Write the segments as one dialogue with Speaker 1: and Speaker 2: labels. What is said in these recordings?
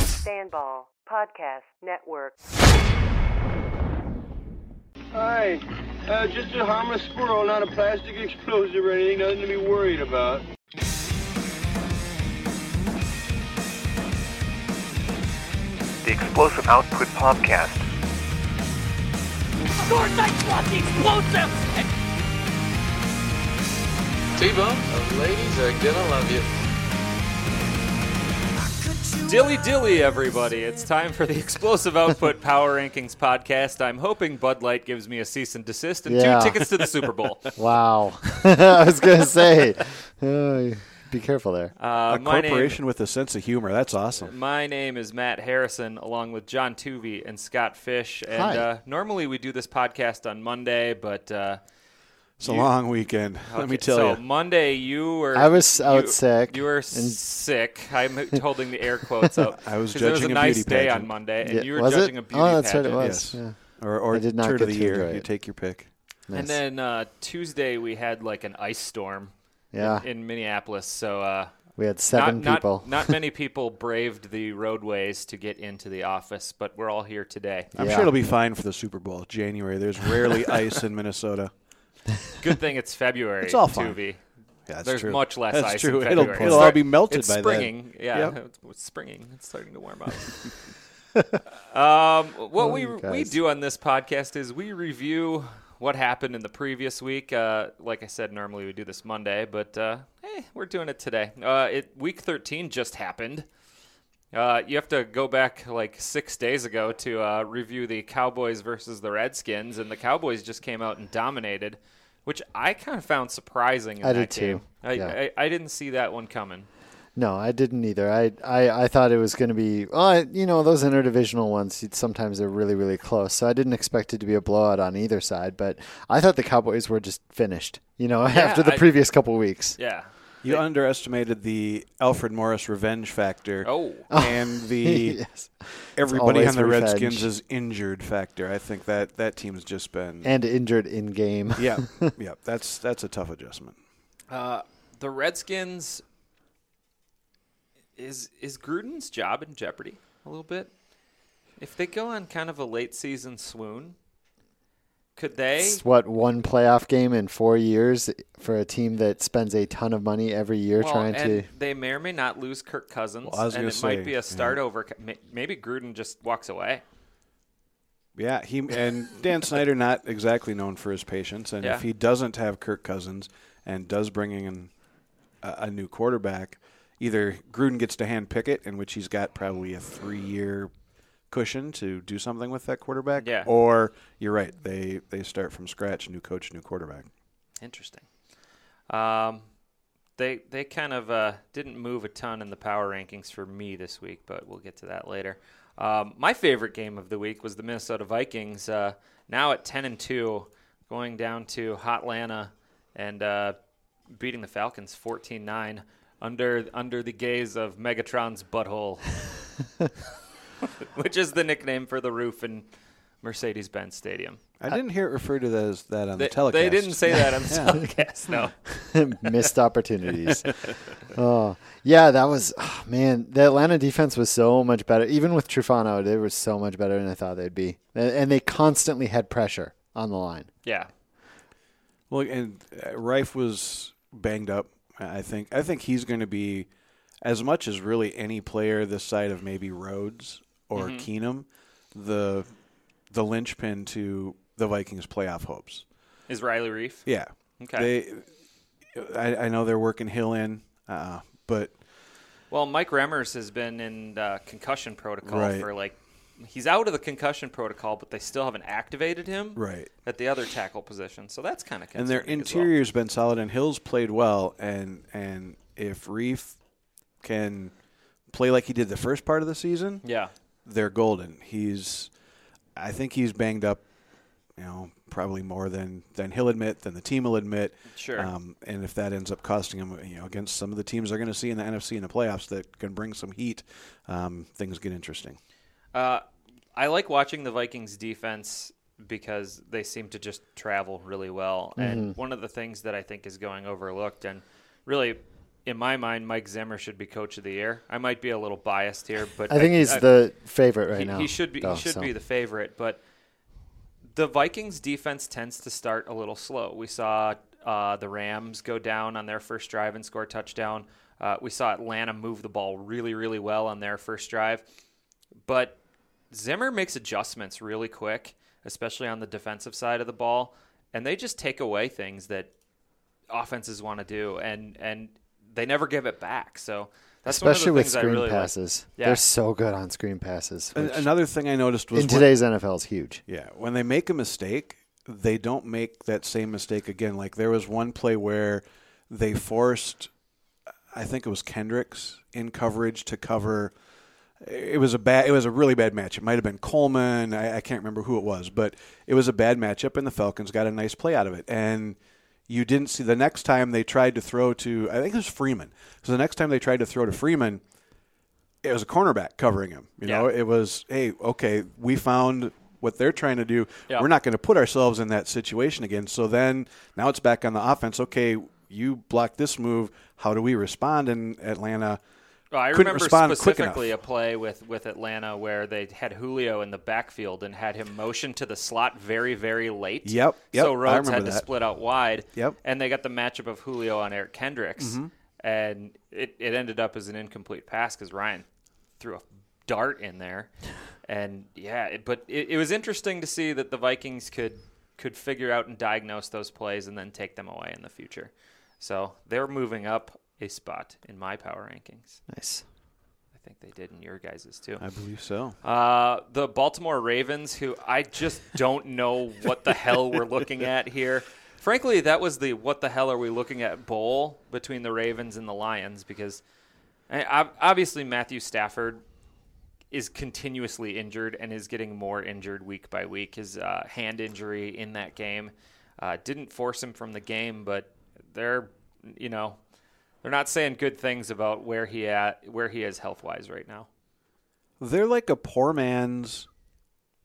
Speaker 1: Pineball Podcast Network.
Speaker 2: Hi. Uh, just a harmless squirrel, not a plastic explosive or anything. Nothing to be worried about.
Speaker 3: the Explosive Output Podcast.
Speaker 4: Your nice lucky explosives!
Speaker 5: T-Bone, the ladies are gonna love you.
Speaker 6: Dilly dilly, everybody. It's time for the Explosive Output Power Rankings podcast. I'm hoping Bud Light gives me a cease and desist and
Speaker 7: Yeah.
Speaker 6: two tickets to the Super Bowl. Uh,
Speaker 7: Wow. I was going to say, uh, be careful there.
Speaker 6: Uh,
Speaker 8: a
Speaker 6: my, name,
Speaker 8: corporation with a sense of humor. That's awesome.
Speaker 6: my name is Matt Harrison, along with John Tuvey and Scott Fish. And
Speaker 7: Hi.
Speaker 6: Uh, normally we do this podcast on Monday, but uh,
Speaker 8: It's a long weekend. Let
Speaker 6: okay,
Speaker 8: me tell
Speaker 6: so
Speaker 8: you.
Speaker 6: Monday you were
Speaker 7: I was out
Speaker 6: you-
Speaker 7: sick
Speaker 6: You were
Speaker 7: and-
Speaker 6: sick. I'm holding the air quotes up.
Speaker 8: I was
Speaker 6: 'Cause it was a
Speaker 8: judging a
Speaker 6: nice
Speaker 8: beauty
Speaker 6: day
Speaker 8: pageant.
Speaker 6: on Monday, and
Speaker 7: Yeah,
Speaker 6: you were
Speaker 7: was
Speaker 6: judging
Speaker 7: it?
Speaker 6: a beauty
Speaker 7: oh, that's
Speaker 6: pageant.
Speaker 7: right, it
Speaker 8: Yes.
Speaker 7: was. Yeah.
Speaker 8: Or, or
Speaker 7: I did not
Speaker 8: turn
Speaker 7: get
Speaker 8: of the
Speaker 7: to
Speaker 8: year.
Speaker 7: enjoy
Speaker 8: You
Speaker 7: it.
Speaker 8: take your pick.
Speaker 6: And then uh, Tuesday we had like an ice storm
Speaker 7: Yeah.
Speaker 6: in Minneapolis. So uh,
Speaker 7: we had seven
Speaker 6: not,
Speaker 7: people.
Speaker 6: Not, not many people braved the roadways to get into the office, but we're all here today.
Speaker 8: I'm
Speaker 7: Yeah.
Speaker 8: sure it'll be fine for the Super Bowl. January. There's rarely ice in Minnesota.
Speaker 6: Good thing it's February.
Speaker 8: It's all fine.
Speaker 6: Tuvi.
Speaker 8: Yeah, that's
Speaker 6: There's
Speaker 8: true.
Speaker 6: much less
Speaker 8: that's
Speaker 6: ice
Speaker 8: true.
Speaker 6: in
Speaker 8: it'll
Speaker 6: February.
Speaker 8: it'll all be melted
Speaker 6: it's
Speaker 8: by
Speaker 6: springing. Yeah,
Speaker 8: Yep.
Speaker 6: it's- it's springing. It's starting to warm up. um,
Speaker 8: Oh,
Speaker 6: what we
Speaker 7: you
Speaker 6: we
Speaker 7: guys.
Speaker 6: do on this podcast is we review what happened in the previous week. Uh, like I said, normally we do this Monday, but uh, hey, we're doing it today. Uh, it week thirteen just happened. Uh, you have to go back like six days ago to uh, review the Cowboys versus the Redskins, and the Cowboys just came out and dominated, which I kind of found surprising. In
Speaker 7: I
Speaker 6: that
Speaker 7: did too.
Speaker 6: game. I,
Speaker 7: Yeah.
Speaker 6: I, I didn't see that one coming.
Speaker 7: no, I didn't either. I, I, I thought it was going to be, oh, I, you know, those interdivisional ones, you'd- sometimes they're really, really close. So I didn't expect it to be a blowout on either side, but I thought the Cowboys were just finished, you know, after the
Speaker 6: I-
Speaker 7: previous couple weeks.
Speaker 6: Yeah.
Speaker 8: You underestimated the Alfred Morris revenge factor.
Speaker 6: Oh.
Speaker 8: And the
Speaker 7: yes.
Speaker 8: everybody on
Speaker 7: always
Speaker 8: the
Speaker 7: revenge.
Speaker 8: Redskins is injured factor. I think that that team's just been.
Speaker 7: And injured in game.
Speaker 8: yeah, yeah. That's that's a tough adjustment.
Speaker 6: The Redskins is is Gruden's job in jeopardy a little bit. If they go on kind of a late season swoon, could they?
Speaker 7: It's what one playoff game in four years for a team that spends a ton of money every year
Speaker 6: Well,
Speaker 7: trying
Speaker 6: and
Speaker 7: to.
Speaker 6: they may or may not lose Kirk Cousins,
Speaker 8: Well, I was
Speaker 6: and
Speaker 8: gonna
Speaker 6: it might
Speaker 8: say,
Speaker 6: be
Speaker 8: yeah.
Speaker 6: a start over. May- Maybe Gruden just walks away.
Speaker 8: Yeah, he and Dan Snyder not exactly known for his patience, and
Speaker 6: Yeah.
Speaker 8: if he doesn't have Kirk Cousins and does bring in a, a new quarterback, either Gruden gets to hand pick it, in which he's got probably a three-year cushion to do something with that quarterback,
Speaker 6: Yeah.
Speaker 8: or you're right, they they start from scratch, new coach, new quarterback.
Speaker 6: Interesting. Um, they they kind of uh, didn't move a ton in the power rankings for me this week, but we'll get to that later. Um, my favorite game of the week was the Minnesota Vikings. Uh, now at ten and two, going down to Hotlanta and uh, beating the Falcons 14-9 under under the gaze of Megatron's butthole, which is the nickname for the roof in Mercedes-Benz Stadium.
Speaker 8: I didn't hear it referred to that as that on
Speaker 6: They,
Speaker 8: the telecast.
Speaker 6: they didn't say that on the telecast. No.
Speaker 7: missed opportunities. oh, yeah, that was oh, man. The Atlanta defense was so much better, even with Trufano. They were so much better than I thought they'd be, and, and they constantly had pressure on the line.
Speaker 6: Yeah.
Speaker 8: Well, and uh, Rife was banged up. I I think I think he's going to be as much as really any player this side of maybe Rhodes or Keenum, the the linchpin to the Vikings' playoff hopes.
Speaker 6: Is Riley Reef?
Speaker 8: Yeah.
Speaker 6: Okay.
Speaker 8: They, I, I know they're working Hill in, uh, but
Speaker 6: Well, Mike Remmers has been in uh, concussion protocol
Speaker 8: Right.
Speaker 6: for like he's out of the concussion protocol, but they still haven't activated him
Speaker 8: Right.
Speaker 6: at the other tackle position. So that's kind of
Speaker 8: and their interior's been solid, and Hill's played well, and and if Reef can play like he did the first part of the season,
Speaker 6: Yeah.
Speaker 8: they're golden. He's, I think he's banged up, you know, probably more than than he'll admit, than the team will admit.
Speaker 6: Sure.
Speaker 8: Um, and if that ends up costing him, you know, against some of the teams they're going to see in the NFC in the playoffs that can bring some heat, um, things get interesting.
Speaker 6: Uh, I like watching the Vikings defense because they seem to just
Speaker 8: Mm-hmm.
Speaker 6: travel really well. And one of the things that I think is going overlooked and really in my mind, Mike Zimmer should be coach of the year. I might be a little biased here, but
Speaker 7: I think he's
Speaker 6: I-
Speaker 7: the favorite right
Speaker 6: he,
Speaker 7: now.
Speaker 6: he should be
Speaker 7: though,
Speaker 6: he should
Speaker 7: so.
Speaker 6: be the favorite, but the Vikings defense tends to start a little slow. We saw uh, the Rams go down on their first drive and score a touchdown. Uh, we saw Atlanta move the ball really, really well on their first drive, but Zimmer makes adjustments really quick, especially on the defensive side of the ball, and they just take away things that offenses want to do, and and they never give it back. So that's one of the
Speaker 7: especially with
Speaker 6: things I
Speaker 7: screen
Speaker 6: really like.
Speaker 7: passes.
Speaker 6: Yeah.
Speaker 7: They're so good on screen passes.
Speaker 8: An-
Speaker 7: which
Speaker 8: Another thing I noticed was
Speaker 7: in
Speaker 8: when-
Speaker 7: today's NFL is huge.
Speaker 8: Yeah, when they make a mistake, they don't make that same mistake again. Like there was one play where they forced, I think it was Kendricks in coverage to cover. It was a bad. It was a really bad match. It might have been Coleman. I, I can't remember who it was, but it was a bad matchup, and the Falcons got a nice play out of it. And you didn't see the next time they tried to throw to. I think it was Freeman. So the next time they tried to throw to Freeman, it was a cornerback covering him. You know,
Speaker 6: Yeah.
Speaker 8: it was hey, okay, we found what they're trying to do.
Speaker 6: Yeah.
Speaker 8: We're not going to put ourselves in that situation again. So then now it's back on the offense. Okay, you blocked this move. How do we respond? And Atlanta
Speaker 6: Well, I
Speaker 8: couldn't
Speaker 6: remember
Speaker 8: respond quick
Speaker 6: specifically
Speaker 8: enough.
Speaker 6: a play with, with Atlanta where they had Julio in the backfield and had him motion to the slot very, very late.
Speaker 8: Yep, yep,
Speaker 6: so
Speaker 8: I
Speaker 6: Rhodes had
Speaker 8: remember
Speaker 6: to
Speaker 8: that.
Speaker 6: split out wide.
Speaker 8: Yep. Mm-hmm.
Speaker 6: And they got the matchup of Julio on Eric Kendricks. And it, it ended up as an incomplete pass because Ryan threw a dart in there. And yeah, it, but it, it was interesting to see that the Vikings could could figure out and diagnose those plays and then take them away in the future. So they're moving up a spot in my power rankings.
Speaker 7: Nice.
Speaker 6: I think they did in your guys's too.
Speaker 8: I believe so.
Speaker 6: Uh, the Baltimore Ravens, who I just don't know what the hell we're looking at here. Frankly, that was the what the hell are we looking at bowl between the Ravens and the Lions because I- ob- obviously Matthew Stafford is continuously injured and is getting more injured week by week. His uh, hand injury in that game uh, didn't force him from the game, but they're you know they're not saying good things about where he at where he is health wise right now.
Speaker 8: They're like a poor man's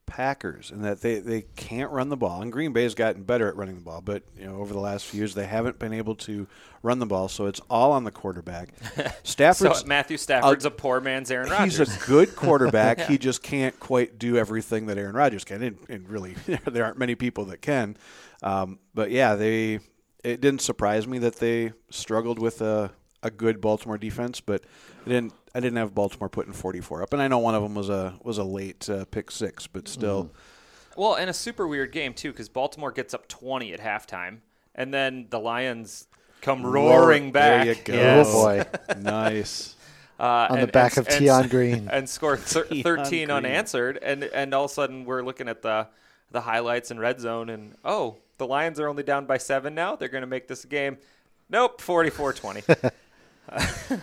Speaker 8: Packers in that they, they can't run the ball. And Green Bay's gotten better at running the ball, but you know over the last few years they haven't been able to run the ball, so it's all on the quarterback.
Speaker 6: So
Speaker 8: Stafford's
Speaker 6: Matthew Stafford's a poor man's Aaron Rodgers.
Speaker 8: He's a good quarterback. He just can't quite do everything that Aaron Rodgers can, and, and really, there aren't many people that can. Um, but yeah, they. It didn't surprise me that they struggled with a, a good Baltimore defense, but I didn't. I didn't have Baltimore putting 44 up, and I know one of them was a was a late uh, pick six, but still,
Speaker 6: Mm-hmm. well, and a super weird game too because Baltimore gets up twenty at halftime, and then the Lions come roaring back.
Speaker 8: There you go.
Speaker 6: Yes.
Speaker 7: Oh, boy.
Speaker 8: nice.
Speaker 6: Uh,
Speaker 7: On the back of Teon Green.
Speaker 6: and score thir- thirteen
Speaker 8: Green.
Speaker 6: unanswered, and and all of a sudden we're looking at the the highlights in red zone, and oh, the Lions are only down by seven now. They're going to make this a game. Nope, 44-20. Uh,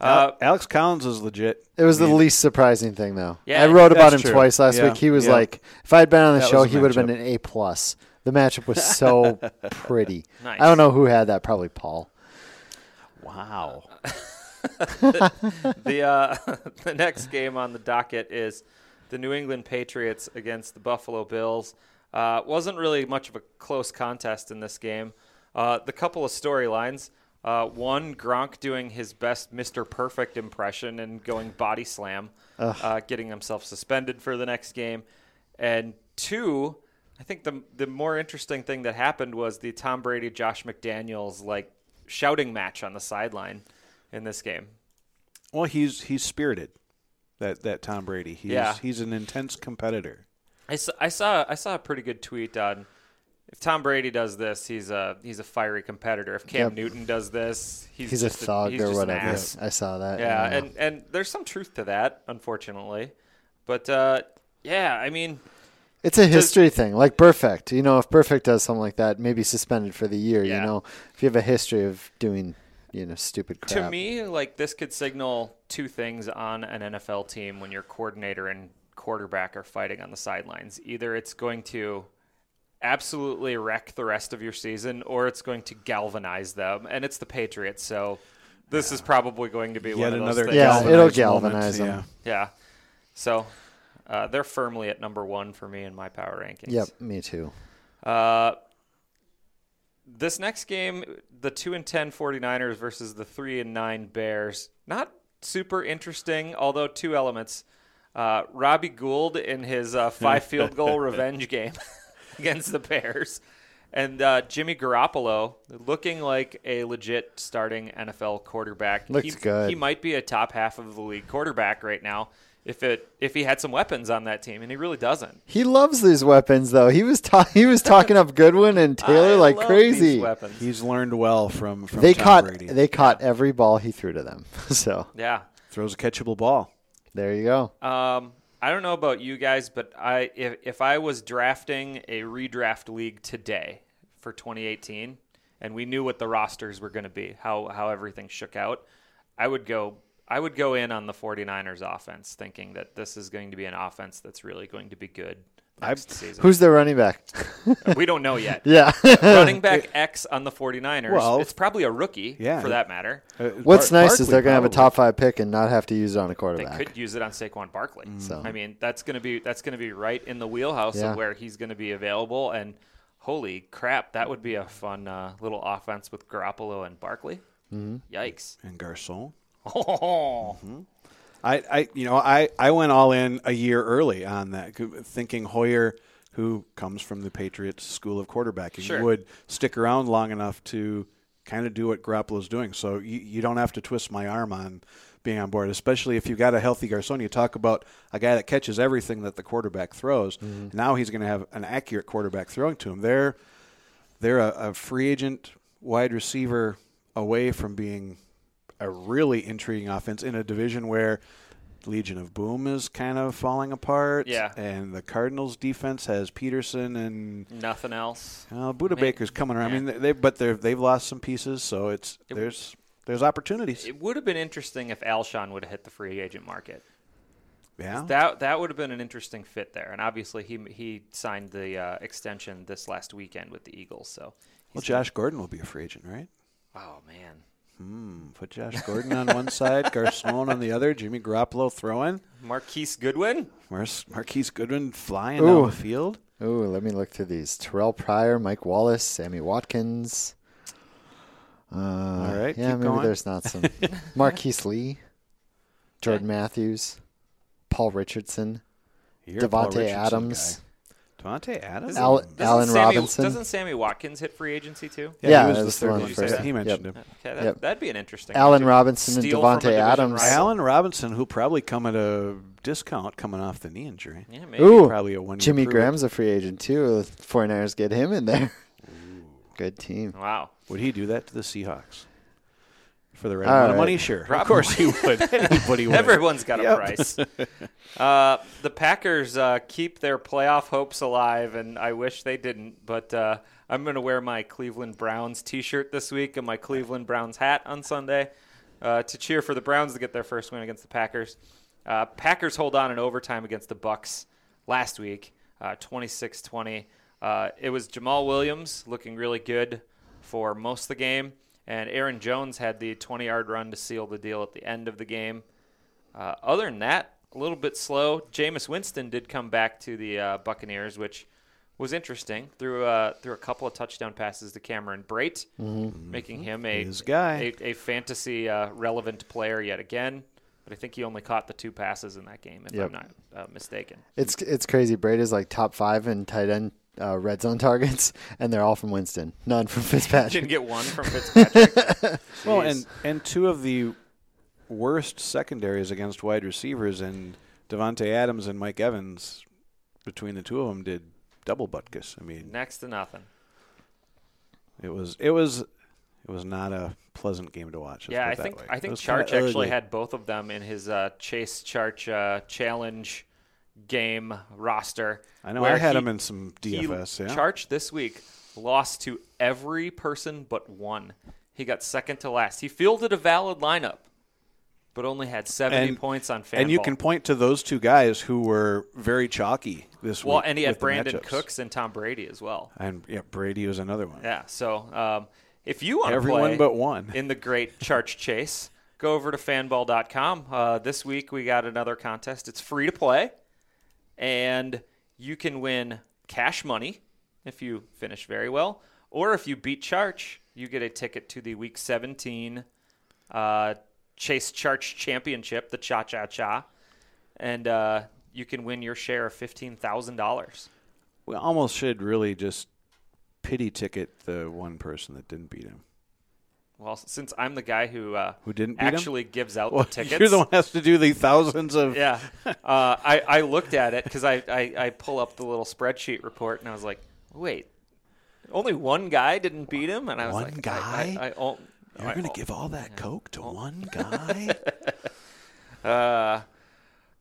Speaker 8: Al- Alex Collins is legit.
Speaker 7: It was the least surprising thing, though.
Speaker 6: Yeah, I
Speaker 7: I wrote
Speaker 8: think
Speaker 7: about him
Speaker 8: that's true.
Speaker 7: twice last
Speaker 8: Yeah,
Speaker 7: week. He was
Speaker 8: yeah.
Speaker 7: like, if I had been on the
Speaker 8: That
Speaker 7: show,
Speaker 8: was a
Speaker 7: he would have been
Speaker 8: matchup.
Speaker 7: an A plus. The matchup was so pretty.
Speaker 6: Nice.
Speaker 7: I don't know who had that. Probably Paul.
Speaker 8: Wow.
Speaker 6: the uh, the next game on the docket is the New England Patriots against the Buffalo Bills. Uh, wasn't really much of a close contest in this game. Uh, the couple of storylines. Uh, one, Gronk doing his best Mr. Perfect impression and going body slam, uh, getting himself suspended for the next game. And two, I think the the more interesting thing that happened was the Tom Brady Josh McDaniels like shouting match on the sideline in this game.
Speaker 8: Well, he's he's spirited. That that Tom Brady. He's
Speaker 6: Yeah.
Speaker 8: he's an intense competitor.
Speaker 6: I saw, I saw I saw a pretty good tweet on if Tom Brady does this, he's a he's a fiery competitor. If Cam
Speaker 7: Yep.
Speaker 6: Newton does this, he's,
Speaker 7: He's a
Speaker 6: just
Speaker 7: thug
Speaker 6: he's
Speaker 7: or
Speaker 6: just an
Speaker 7: whatever.
Speaker 6: ass.
Speaker 7: I saw that.
Speaker 6: Yeah,
Speaker 7: and, uh,
Speaker 6: and and there's some truth to that, unfortunately. But uh, yeah, I mean,
Speaker 7: it's a history thing, like Perfect. You know, if Perfect does something like that, maybe suspended for the year.
Speaker 6: Yeah.
Speaker 7: You know, if you have a history of doing, you know, stupid crap.
Speaker 6: to me, like this could signal two things on an NFL team when your coordinator and quarterback are fighting on the sidelines. Either it's going to absolutely wreck the rest of your season or it's going to galvanize them and it's the Patriots. So this is probably going to be one
Speaker 8: Yet
Speaker 6: of those
Speaker 8: another
Speaker 6: things.
Speaker 7: Yeah, it'll galvanize
Speaker 8: galvanized moment,
Speaker 7: him.
Speaker 8: yeah.
Speaker 6: Yeah. So uh, they're firmly at number 1 for me in my power rankings.
Speaker 7: Yep, me too.
Speaker 6: Uh, This next game, the 2 and 10 49ers versus the 3 and 9 Bears. Not super interesting, although two elements. Uh, Robbie Gould in his uh, five field goal revenge game against the Bears, and uh, Jimmy Garoppolo looking like a legit starting NFL quarterback.
Speaker 7: Looks
Speaker 6: he,
Speaker 7: good.
Speaker 6: He might be a top half of the league quarterback right now if it if he had some weapons on that team, and he really doesn't.
Speaker 7: He loves these weapons though. He was ta- he was talking up Goodwin and Taylor
Speaker 6: I
Speaker 7: like
Speaker 6: love
Speaker 7: crazy.
Speaker 6: these weapons.
Speaker 8: He's learned well from, from
Speaker 7: They
Speaker 8: Tom
Speaker 7: caught
Speaker 8: Brady.
Speaker 7: they caught every ball he threw to them. So
Speaker 6: yeah.
Speaker 8: Throws a catchable ball.
Speaker 7: there you go.
Speaker 6: Um, I don't know about you guys, but I if if I was drafting a redraft league today for 2018, and we knew what the rosters were going to be, how how everything shook out, I would go I would go in on the 49ers offense, thinking that this is going to be an offense that's really going to be good next season.
Speaker 7: Who's their running back?
Speaker 6: we don't know yet.
Speaker 7: yeah.
Speaker 6: Running back X on the 49ers.
Speaker 8: Well-
Speaker 6: it's probably a rookie,
Speaker 8: Yeah.
Speaker 6: for that matter.
Speaker 8: Uh,
Speaker 7: What's
Speaker 8: Bar-
Speaker 7: nice is
Speaker 8: Barkley,
Speaker 7: they're gonna have a
Speaker 8: probably.
Speaker 7: top five pick and not have to use it on a
Speaker 6: They
Speaker 7: quarterback.
Speaker 6: could use it on Saquon Barkley.
Speaker 7: Mm. So-
Speaker 6: I mean, that's gonna be that's gonna be right in the wheelhouse
Speaker 7: Yeah.
Speaker 6: of where he's gonna be available. And holy crap, that would be a fun uh, little offense with Garoppolo and Barkley.
Speaker 7: Mm-hmm.
Speaker 6: Yikes!
Speaker 8: And Garcon.
Speaker 6: Oh,
Speaker 8: I, I you know I, I went all in a year early on that c- thinking Hoyer who comes from the Patriots school of quarterbacking
Speaker 6: Sure.
Speaker 8: would stick around long enough to kind of do what Garoppolo's doing so you, you don't have to twist my arm on being on board especially if you've got a healthy Garcon you talk about a guy that catches everything that the quarterback throws now he's going to have an accurate quarterback throwing to him they're they're a, a free agent wide receiver away from being a really intriguing offense in a division where Legion of Boom is kind of falling apart.
Speaker 6: Yeah.
Speaker 8: And the Cardinals defense has Peterson and
Speaker 6: nothing else.
Speaker 8: uh, Buda
Speaker 6: Man,
Speaker 8: Baker's coming around. I mean, they but they've they've lost some pieces, so it's there's there's opportunities.
Speaker 6: It would have been interesting if Alshon would have hit the free agent market.
Speaker 8: yeah.
Speaker 6: That that would have been an interesting fit there. And obviously, he he signed the uh, extension this last weekend with the Eagles. So,
Speaker 8: well, Josh Gordon will be a free agent, right? Hmm,
Speaker 6: oh man,
Speaker 8: Put Josh Gordon on one side, Garcon on the other, Jimmy Garoppolo throwing,
Speaker 6: Marquise Goodwin.
Speaker 8: Mar- Marquise Goodwin flying
Speaker 7: Ooh.
Speaker 8: down the field.
Speaker 7: Ooh, let me look through these. Terrell Pryor, Mike Wallace, Sammy Watkins. Uh, All
Speaker 8: right,
Speaker 7: Yeah,
Speaker 8: keep
Speaker 7: maybe
Speaker 8: going.
Speaker 7: there's not some. Marquise Lee, Jordan Matthews, Paul Richardson,
Speaker 8: You're a Paul
Speaker 7: Devontae
Speaker 8: Richardson
Speaker 7: Adams.
Speaker 8: guy. Devontae Adams.
Speaker 7: Al- Allen
Speaker 6: Sammy,
Speaker 7: Robinson.
Speaker 6: Doesn't Sammy Watkins hit free agency too?
Speaker 7: Yeah,
Speaker 8: he
Speaker 7: that
Speaker 8: was,
Speaker 7: was
Speaker 8: the
Speaker 7: the
Speaker 8: third
Speaker 7: one
Speaker 8: one.
Speaker 6: you
Speaker 8: you
Speaker 6: said.
Speaker 8: said. He mentioned
Speaker 7: Yep.
Speaker 8: him.
Speaker 6: Okay, that,
Speaker 7: Yep.
Speaker 6: that'd be an interesting.
Speaker 7: Allen
Speaker 6: matchup.
Speaker 7: Robinson and
Speaker 6: Steal from a
Speaker 7: Devontae
Speaker 6: division
Speaker 7: Adams.
Speaker 6: rival.
Speaker 8: Allen Robinson, who probably come at a discount coming off the knee injury.
Speaker 6: Yeah, maybe.
Speaker 7: Ooh,
Speaker 8: probably a one-year
Speaker 7: Jimmy
Speaker 8: prove it.
Speaker 7: Graham's a free agent too. The 49ers get him in there. Good team.
Speaker 6: Wow.
Speaker 8: Would he do that to the Seahawks? For the right
Speaker 7: All
Speaker 8: amount of
Speaker 7: right.
Speaker 8: money, sure.
Speaker 6: Probably.
Speaker 8: Of course he would. Anybody would.
Speaker 6: Everyone's got
Speaker 8: Yep.
Speaker 6: a price. Uh, the Packers uh, keep their playoff hopes alive, and I wish they didn't. But uh, I'm going to wear my Cleveland Browns T-shirt this week and my Cleveland Browns hat on Sunday uh, to cheer for the Browns to get their first win against the Packers. Uh, Packers hold on in overtime against the Bucks last week, uh, 26-20. Uh, it was Jamal Williams looking really good for most of the game, and Aaron Jones had the 20-yard run to seal the deal at the end of the game. Uh, other than that, a little bit slow. Jameis Winston did come back to the uh, Buccaneers, which was interesting. Threw uh, threw a couple of touchdown passes to Cameron Brait, making him a
Speaker 8: Mm-hmm. His guy.
Speaker 6: a, a fantasy uh, relevant player yet again. But I think he only caught the two passes in that game, if
Speaker 7: Yep.
Speaker 6: I'm not uh, mistaken.
Speaker 7: It's it's crazy. Brady's like top five in tight end uh, red zone targets, and they're all from Winston. None from
Speaker 6: Didn't
Speaker 7: Fitzpatrick.
Speaker 6: get one from Fitzpatrick.
Speaker 8: Well, and, and two of the worst secondaries against wide receivers and Devontae Adams and Mike Evans, between the two of them, did double butkus. I mean,
Speaker 6: Next to nothing.
Speaker 8: it was it was it was not a pleasant game to watch. let's
Speaker 6: Yeah,
Speaker 8: put
Speaker 6: I
Speaker 8: it that
Speaker 6: think
Speaker 8: way.
Speaker 6: I
Speaker 8: It
Speaker 6: think
Speaker 8: was kinda
Speaker 6: Charch actually
Speaker 8: ugly.
Speaker 6: had both of them in his uh, Chase Charch uh, challenge game roster.
Speaker 8: I know
Speaker 6: where
Speaker 8: I had
Speaker 6: he-
Speaker 8: him in some
Speaker 6: he-
Speaker 8: DFS. yeah.
Speaker 6: Charch this week lost to every person but one. He got second to last. He fielded a valid lineup, but only had 70 points on fan
Speaker 8: And you
Speaker 6: ball.
Speaker 8: can point to those two guys who were very chalky this
Speaker 6: well,
Speaker 8: week.
Speaker 6: and he
Speaker 8: with
Speaker 6: had
Speaker 8: the
Speaker 6: Brandon
Speaker 8: matchups.
Speaker 6: Cooks and Tom Brady as well.
Speaker 8: And yeah, Brady was another one.
Speaker 6: Yeah. So um, if you want to
Speaker 8: Everyone
Speaker 6: play
Speaker 8: but one.
Speaker 6: in the great Charge Chase, go over to fanball.com. Uh, this week we got another contest. It's free to play, and you can win cash money if you finish very well, Or if you beat Charge, you get a ticket to the Week 17 uh, Chase Charge Championship, the Cha Cha Cha, and uh, you can win your share of fifteen thousand dollars.
Speaker 8: We almost should really just pity ticket the one person that didn't beat him.
Speaker 6: Well, since I'm the guy who uh,
Speaker 8: Who didn't beat him?
Speaker 6: actually gives out
Speaker 8: Well,
Speaker 6: the tickets,
Speaker 8: you're the one who has to do the thousands of.
Speaker 6: yeah. Uh, I, I looked at it because I, I, I pull up the little spreadsheet report and I was like, wait, only one guy didn't beat him? And I was
Speaker 8: One
Speaker 6: like,
Speaker 8: guy?
Speaker 6: I, I, I, oh,
Speaker 8: You're
Speaker 6: I-
Speaker 8: going to
Speaker 6: oh.
Speaker 8: give all that coke to one guy?
Speaker 6: Uh,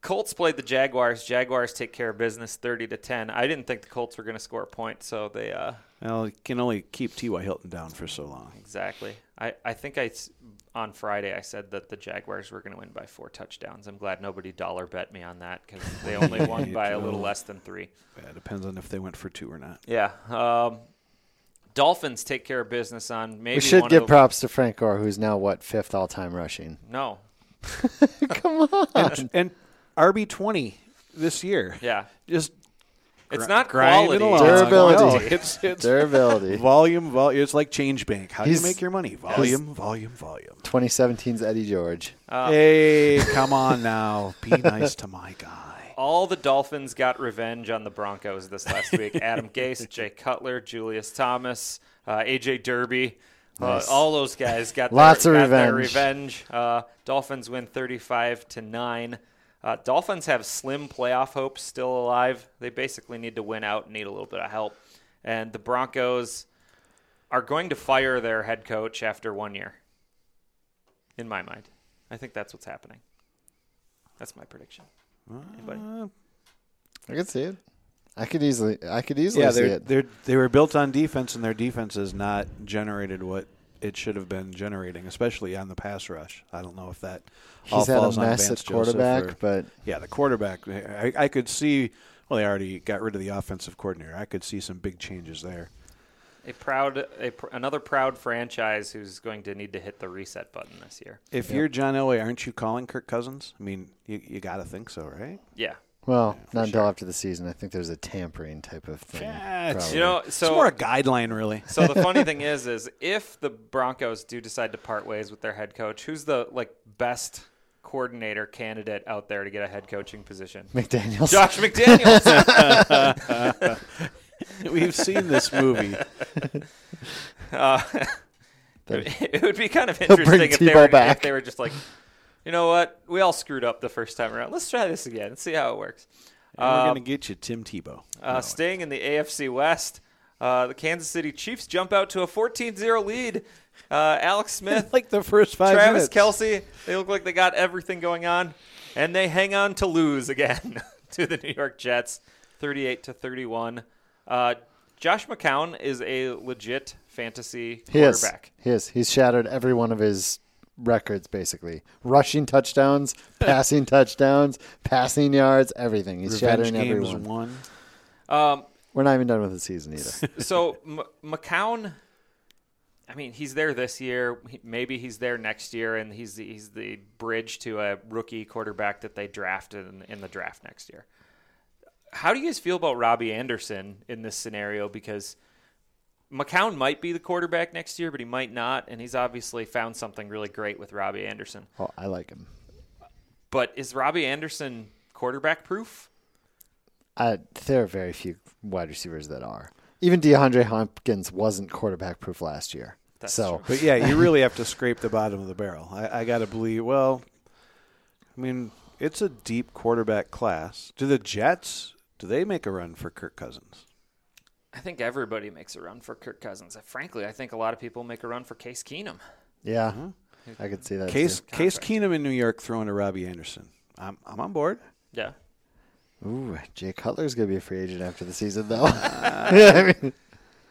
Speaker 6: Colts played the Jaguars. Jaguars take care of business 30 to 10. I didn't think the Colts were going to score a point, so they. Uh,
Speaker 8: well, you can only keep T.Y. Hilton down for so long.
Speaker 6: exactly. I, I think I, s- on Friday, I said that the Jaguars were going to win by four touchdowns. I'm glad nobody dollar bet me on that because they only won by a little less than three.
Speaker 8: Yeah, it depends on if they went for two or not.
Speaker 6: Yeah. Um, Dolphins take care of business on maybe
Speaker 7: We should
Speaker 6: one
Speaker 7: give
Speaker 6: of the,
Speaker 7: props to Frank Gore, who's now what fifth all time rushing.
Speaker 6: no.
Speaker 8: And, and RB20 this year.
Speaker 6: Yeah.
Speaker 8: Just
Speaker 6: It's
Speaker 8: gri-
Speaker 6: not
Speaker 8: grind it
Speaker 6: quality.
Speaker 8: along.
Speaker 7: Durability.
Speaker 8: No, it's, it's
Speaker 7: Durability.
Speaker 8: volume, volume. It's like change bank. How do you
Speaker 7: He's-
Speaker 8: make your money? Volume, volume, volume.
Speaker 7: 2017's Eddie George.
Speaker 6: Uh,
Speaker 8: hey, come on now. Be nice to my guy.
Speaker 6: All the Dolphins got revenge on the Broncos this last week. Adam Gase, Jay Cutler, Julius Thomas, uh, AJ Derby. Uh, all those guys got their-
Speaker 7: Lots of
Speaker 6: got their
Speaker 7: revenge.
Speaker 6: revenge. Uh, Dolphins win thirty-five to nine. Uh, Dolphins have slim playoff hopes still alive. They basically need to win out and need a little bit of help. And the Broncos are going to fire their head coach after one year. In my mind, I think that's what's happening. That's my prediction. Anybody?
Speaker 7: I could see it. I could easily. I could easily
Speaker 8: Yeah,
Speaker 7: see
Speaker 8: they're,
Speaker 7: it.
Speaker 8: they're, they were built on defense, and their defense has not generated what it should have been generating, especially on the pass rush. I don't know if that all
Speaker 7: He's had a
Speaker 8: falls on
Speaker 7: mess
Speaker 8: Vance
Speaker 7: at quarterback,
Speaker 8: Joseph or-
Speaker 7: but
Speaker 8: yeah, the quarterback. I, I could see. Well, they already got rid of the offensive coordinator. I could see some big changes there.
Speaker 6: A proud, a, pr- another proud franchise who's going to need to hit the reset button this year.
Speaker 8: If you're John Elway, aren't you calling Kirk Cousins? I mean, you, you got to think so, right?
Speaker 6: Yeah,
Speaker 7: well, not until after the season. I think there's a tampering type of thing.
Speaker 8: it's,
Speaker 6: you know. So
Speaker 8: it's more a guideline, really.
Speaker 6: so the funny thing is, is if the Broncos do decide to part ways with their head coach, who's the like best coordinator candidate out there to get a head coaching position?
Speaker 7: McDaniel's.
Speaker 6: Josh McDaniels.
Speaker 8: We've seen this movie.
Speaker 6: it Uh, would be kind of
Speaker 7: bring
Speaker 6: interesting if they,
Speaker 7: Tebow
Speaker 6: were, if
Speaker 7: back.
Speaker 6: they were just like, you know what, we all screwed up the first time around. Let's try this again and see how it works.
Speaker 8: And we're gonna get you Tim Tebow.
Speaker 6: Uh, Staying in the AFC West, uh, the Kansas City Chiefs jump out to a 14-0 lead. Uh, Alex Smith,
Speaker 8: like the first five
Speaker 6: Travis
Speaker 8: minutes.
Speaker 6: Kelsey, they look like they got everything going on, and they hang on to lose again to the New York Jets, 38 to 31. Uh, Josh McCown is a legit fantasy
Speaker 7: He is.
Speaker 6: quarterback.
Speaker 7: He is. He's shattered every one of his records, basically. Rushing touchdowns, passing touchdowns, passing yards, everything. He's
Speaker 8: Revenge
Speaker 7: shattering
Speaker 8: games
Speaker 7: everyone.
Speaker 8: one.
Speaker 7: We're not even done with the season either.
Speaker 6: so M- McCown, I mean, he's there this year. He- Maybe he's there next year, and he's the, he's the bridge to a rookie quarterback that they draft in, in the draft next year. How do you guys feel about Robbie Anderson in this scenario? Because McCown might be the quarterback next year, but he might not, and he's obviously found something really great with Robbie Anderson.
Speaker 7: oh, I like him.
Speaker 6: But is Robbie Anderson quarterback proof?
Speaker 7: I, there are very few wide receivers that are. Even DeAndre Hopkins wasn't quarterback proof last year.
Speaker 6: That's
Speaker 7: so
Speaker 6: true.
Speaker 8: But yeah, you really have to scrape the bottom of the barrel. I, I got to believe. Well, I mean, it's a deep quarterback class. Do the Jets? Do they make a run for Kirk Cousins?
Speaker 6: I think everybody makes a run for Kirk Cousins. Frankly, I think a lot of people make a run for Case Keenum.
Speaker 7: yeah,
Speaker 6: Uh-huh.
Speaker 7: I could see that.
Speaker 8: Case
Speaker 7: too.
Speaker 8: Case Keenum in New York throwing to Robbie Anderson. I'm I'm on board.
Speaker 6: Yeah.
Speaker 7: Ooh, Jay Cutler's gonna be a free agent after the season, though.
Speaker 6: Uh,
Speaker 7: I mean,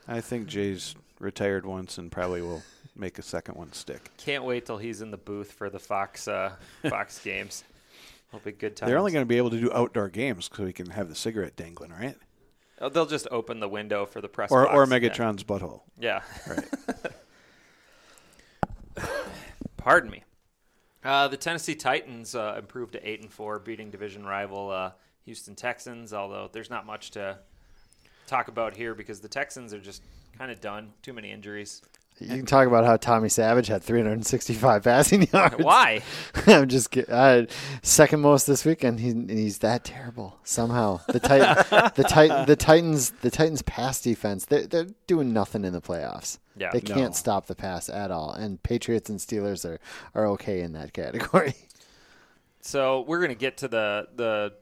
Speaker 8: I think Jay's retired once and probably will make a second one stick.
Speaker 6: Can't wait till he's in the booth for the Fox uh, Fox games. It'll be good times.
Speaker 8: They're only going to be able to do outdoor games because we can have the cigarette dangling, right?
Speaker 6: Oh, They'll just open the window for the press.
Speaker 8: Or
Speaker 6: box
Speaker 8: or
Speaker 6: again.
Speaker 8: Megatron's butthole.
Speaker 6: Yeah. Pardon me. Uh, the Tennessee Titans uh, improved to eight and four, beating division rival uh, Houston Texans. Although there's not much to talk about here because the Texans are just kind of done. Too many injuries.
Speaker 7: You can talk about how Tommy Savage had 365 passing yards.
Speaker 6: Why?
Speaker 7: I'm just kidding. I, second most this weekend. He, and he's that terrible somehow. The Titan, the Titan, the Titans, the Titans' pass defense. They're, they're doing nothing in the playoffs.
Speaker 6: Yeah.
Speaker 7: they
Speaker 6: No.
Speaker 7: can't stop the pass at all. And Patriots and Steelers are are okay in that category.
Speaker 6: So we're gonna get to the the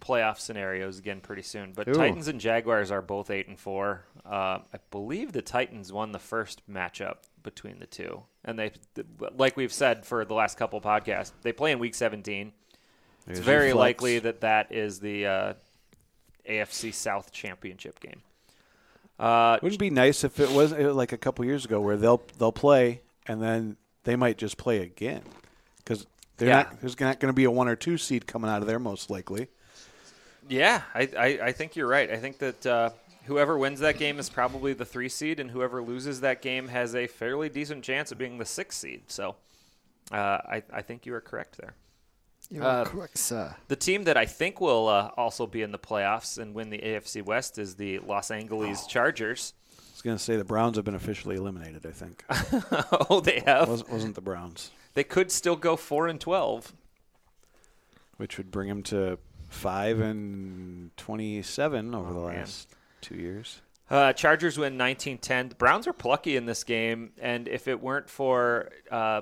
Speaker 6: playoff scenarios again pretty soon. But
Speaker 7: Ooh.
Speaker 6: Titans and Jaguars are both eight and four. Uh, I believe the Titans won the first matchup between the two, and they, like we've said for the last couple podcasts, they play in Week 17. It's
Speaker 8: There's your
Speaker 6: very
Speaker 8: flex.
Speaker 6: likely that that is the uh, AFC South championship game. Uh,
Speaker 8: Wouldn't it be nice if it was uh, like a couple years ago where they'll they'll play and then they might just play again because they're
Speaker 6: Yeah.
Speaker 8: not, there's not going to be a one or two seed coming out of there most likely.
Speaker 6: Yeah, I, I, I think you're right. I think that uh, whoever wins that game is probably the three seed, and whoever loses that game has a fairly decent chance of being the six seed. So uh, I, I think you are correct there.
Speaker 7: You're
Speaker 6: Uh,
Speaker 7: correct, sir.
Speaker 6: The team that I think will uh, also be in the playoffs and win the AFC West is the Los Angeles Chargers.
Speaker 8: I was going to say the Browns have been officially eliminated. I think
Speaker 6: oh, they have.
Speaker 8: wasn't wasn't the Browns,
Speaker 6: They could still go four and twelve.
Speaker 8: which would bring them to five and twenty seven over the
Speaker 6: Oh, man.
Speaker 8: last two years.
Speaker 6: Uh, Chargers win 19-10. The Browns were plucky in this game, and if it weren't for uh,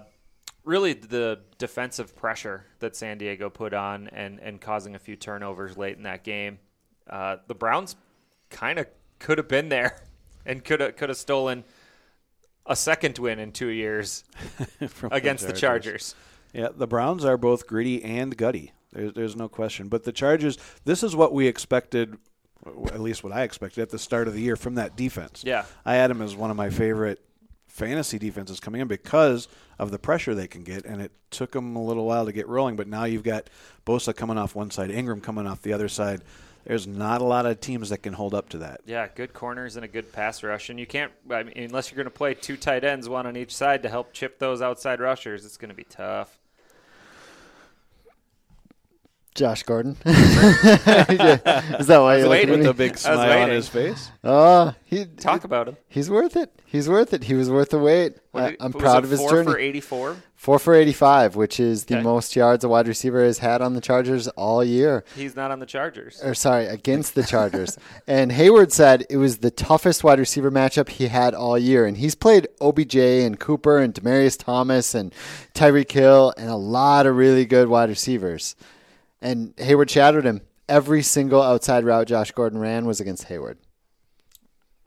Speaker 6: really the defensive pressure that San Diego put on and, and causing a few turnovers late in that game, uh, the Browns kind of could have been there and could have could have stolen a second win in two years
Speaker 8: from
Speaker 6: against the Chargers.
Speaker 8: Yeah, the Browns are both gritty and gutty. There's, there's no question. But the Chargers, this is what we expected, w- at least what I expected at the start of the year from that defense.
Speaker 6: Yeah.
Speaker 8: I had them as one of my favorite fantasy defenses coming in because of the pressure they can get, and it took them a little while to get rolling. But now you've got Bosa coming off one side, Ingram coming off the other side. There's not a lot of teams that can hold up to that.
Speaker 6: Yeah, good corners and a good pass rush, and you can't I mean, unless you're going to play two tight ends, one on each side to help chip those outside rushers. It's going to be tough.
Speaker 7: Josh Gordon. Yeah. Is that why you're looking
Speaker 6: waiting.
Speaker 7: at me?
Speaker 8: With a big
Speaker 6: I was
Speaker 8: smile on
Speaker 6: waiting.
Speaker 8: his face.
Speaker 7: Oh, he
Speaker 6: Talk about him.
Speaker 7: He's worth it. He's worth it. He was worth the wait.
Speaker 6: What
Speaker 7: I,
Speaker 6: did-
Speaker 7: I'm
Speaker 6: was
Speaker 7: proud
Speaker 6: it
Speaker 7: of his
Speaker 6: four
Speaker 7: journey.
Speaker 6: for 84.
Speaker 7: Four for 85, which is the
Speaker 6: Okay.
Speaker 7: most yards a wide receiver has had on the Chargers all year.
Speaker 6: He's not on the Chargers.
Speaker 7: Or, sorry, against the Chargers. and Hayward said it was the toughest wide receiver matchup he had all year. And he's played OBJ and Cooper and Demarius Thomas and Tyreek Hill and a lot of really good wide receivers. And Hayward shadowed him. Every single outside route Josh Gordon ran was against Hayward.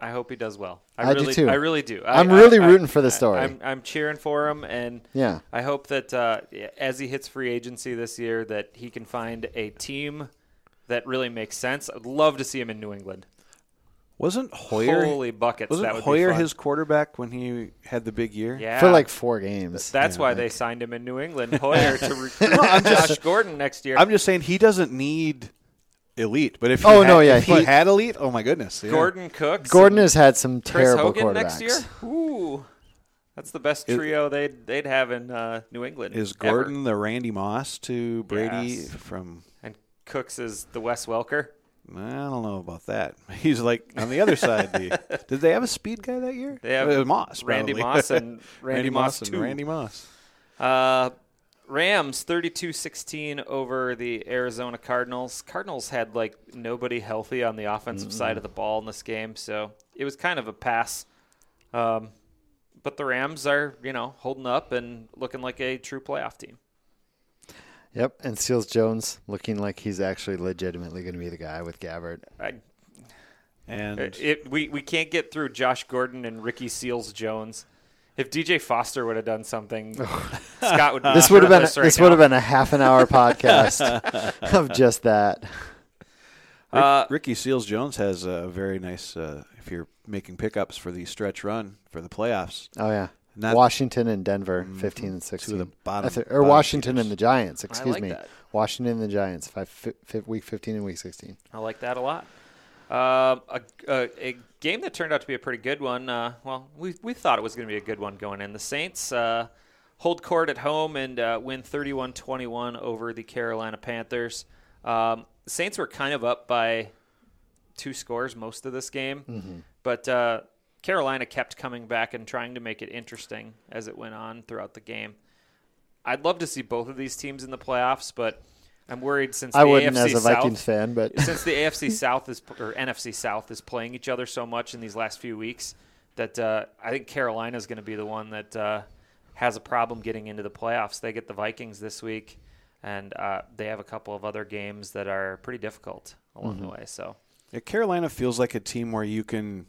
Speaker 6: I hope he does well.
Speaker 7: I do
Speaker 6: really,
Speaker 7: too.
Speaker 6: I really do. I,
Speaker 7: I'm
Speaker 6: I-
Speaker 7: really
Speaker 6: I-
Speaker 7: rooting for the
Speaker 6: I-
Speaker 7: story.
Speaker 6: I'm, I'm cheering for him, and
Speaker 7: Yeah.
Speaker 6: I hope that uh, as he hits free agency this year, that he can find a team that really makes sense. I'd love to see him in New England.
Speaker 8: Wasn't Hoyer
Speaker 6: Holy buckets!
Speaker 8: wasn't
Speaker 6: that would
Speaker 8: Hoyer
Speaker 6: be fun.
Speaker 8: his quarterback when he had the big year?
Speaker 6: yeah
Speaker 7: For like four games.
Speaker 6: That's why they signed him in New England, Hoyer, to recruit Josh Gordon next year.
Speaker 8: I'm just saying he doesn't need elite, but if he
Speaker 7: Oh,
Speaker 8: had,
Speaker 7: no, yeah,
Speaker 8: if he,
Speaker 7: he-
Speaker 8: had elite, oh my goodness, yeah.
Speaker 6: Gordon Cooks,
Speaker 7: Gordon has had some
Speaker 6: Chris
Speaker 7: terrible
Speaker 6: Hogan
Speaker 7: quarterbacks.
Speaker 6: next year. Ooh, that's the best
Speaker 8: Is-
Speaker 6: trio they'd they'd have in uh, New England.
Speaker 8: is
Speaker 6: ever.
Speaker 8: Gordon the Randy Moss to Brady
Speaker 6: Yes.
Speaker 8: from?
Speaker 6: and Cooks is the Wes Welker.
Speaker 8: I don't know about that. He's like on the other side. The, did they have a speed guy that year?
Speaker 6: They have
Speaker 8: It was Moss,
Speaker 6: Randy
Speaker 8: probably.
Speaker 6: Moss and Randy Moss
Speaker 8: and
Speaker 6: too.
Speaker 8: Randy Moss.
Speaker 6: Uh, Rams 32-16 over the Arizona Cardinals. Cardinals had like nobody healthy on the offensive side of the ball in this game, so it was kind of a pass. Um, but the Rams are, you know, holding up and looking like a true playoff team.
Speaker 7: Yep, and Seals Jones looking like he's actually legitimately going to be the guy with Gabbard.
Speaker 6: I,
Speaker 8: And
Speaker 6: it, we we can't get through Josh Gordon and Ricky Seals Jones. If DJ Foster would have done something, Scott would. Be
Speaker 7: This would have been
Speaker 6: shirtless right
Speaker 7: this would have
Speaker 6: now.
Speaker 7: been a half an hour podcast of just that.
Speaker 8: Rick-
Speaker 6: uh,
Speaker 8: Ricky Seals Jones has a very nice. Uh, if you're making pickups for the stretch run for the playoffs,
Speaker 7: Oh yeah,
Speaker 8: Not-
Speaker 7: Washington and Denver, fifteen and sixteen.
Speaker 8: Two of Mm-hmm. the bottom-
Speaker 7: I thi- or
Speaker 8: bottom
Speaker 7: Washington
Speaker 8: feeders.
Speaker 7: and the Giants. Excuse
Speaker 6: like
Speaker 7: me,
Speaker 6: that.
Speaker 7: Washington and the Giants. Five, fi- fi- week fifteen and week sixteen.
Speaker 6: I like that a lot. Um a, a, a game that turned out to be a pretty good one. Uh, well, we, we thought it was going to be a good one going in. The Saints uh, hold court at home and uh, win 31 21 over the Carolina Panthers. Um,
Speaker 7: Mm-hmm.
Speaker 6: Saints were kind of up by two scores most of this game, but uh, Carolina kept coming back and trying to make it interesting as it went on throughout the game. I'd love to see both of these teams in the playoffs, but I'm worried since
Speaker 7: I
Speaker 6: the
Speaker 7: wouldn't
Speaker 6: AFC
Speaker 7: as a
Speaker 6: South,
Speaker 7: Vikings fan, but
Speaker 6: since the AFC South is or NFC South is playing each other so much in these last few weeks that uh, I think Carolina is going to be the one that uh, has a problem getting into the playoffs. They get the Vikings this week, and uh, they have a couple of other games that are pretty difficult along
Speaker 7: Mm-hmm.
Speaker 6: the way. So
Speaker 8: Yeah, Carolina feels like a team where you can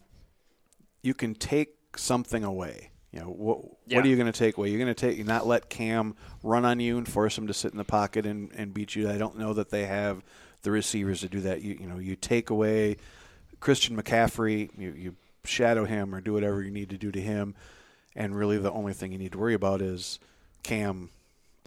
Speaker 8: you can take something away. You know, what
Speaker 6: Yeah.
Speaker 8: what are you going to take away? You're going to take not let Cam run on you and force him to sit in the pocket and, and beat you. I don't know that they have the receivers to do that. You you know, you take away Christian McCaffrey, you, you shadow him or do whatever you need to do to him, and really the only thing you need to worry about is Cam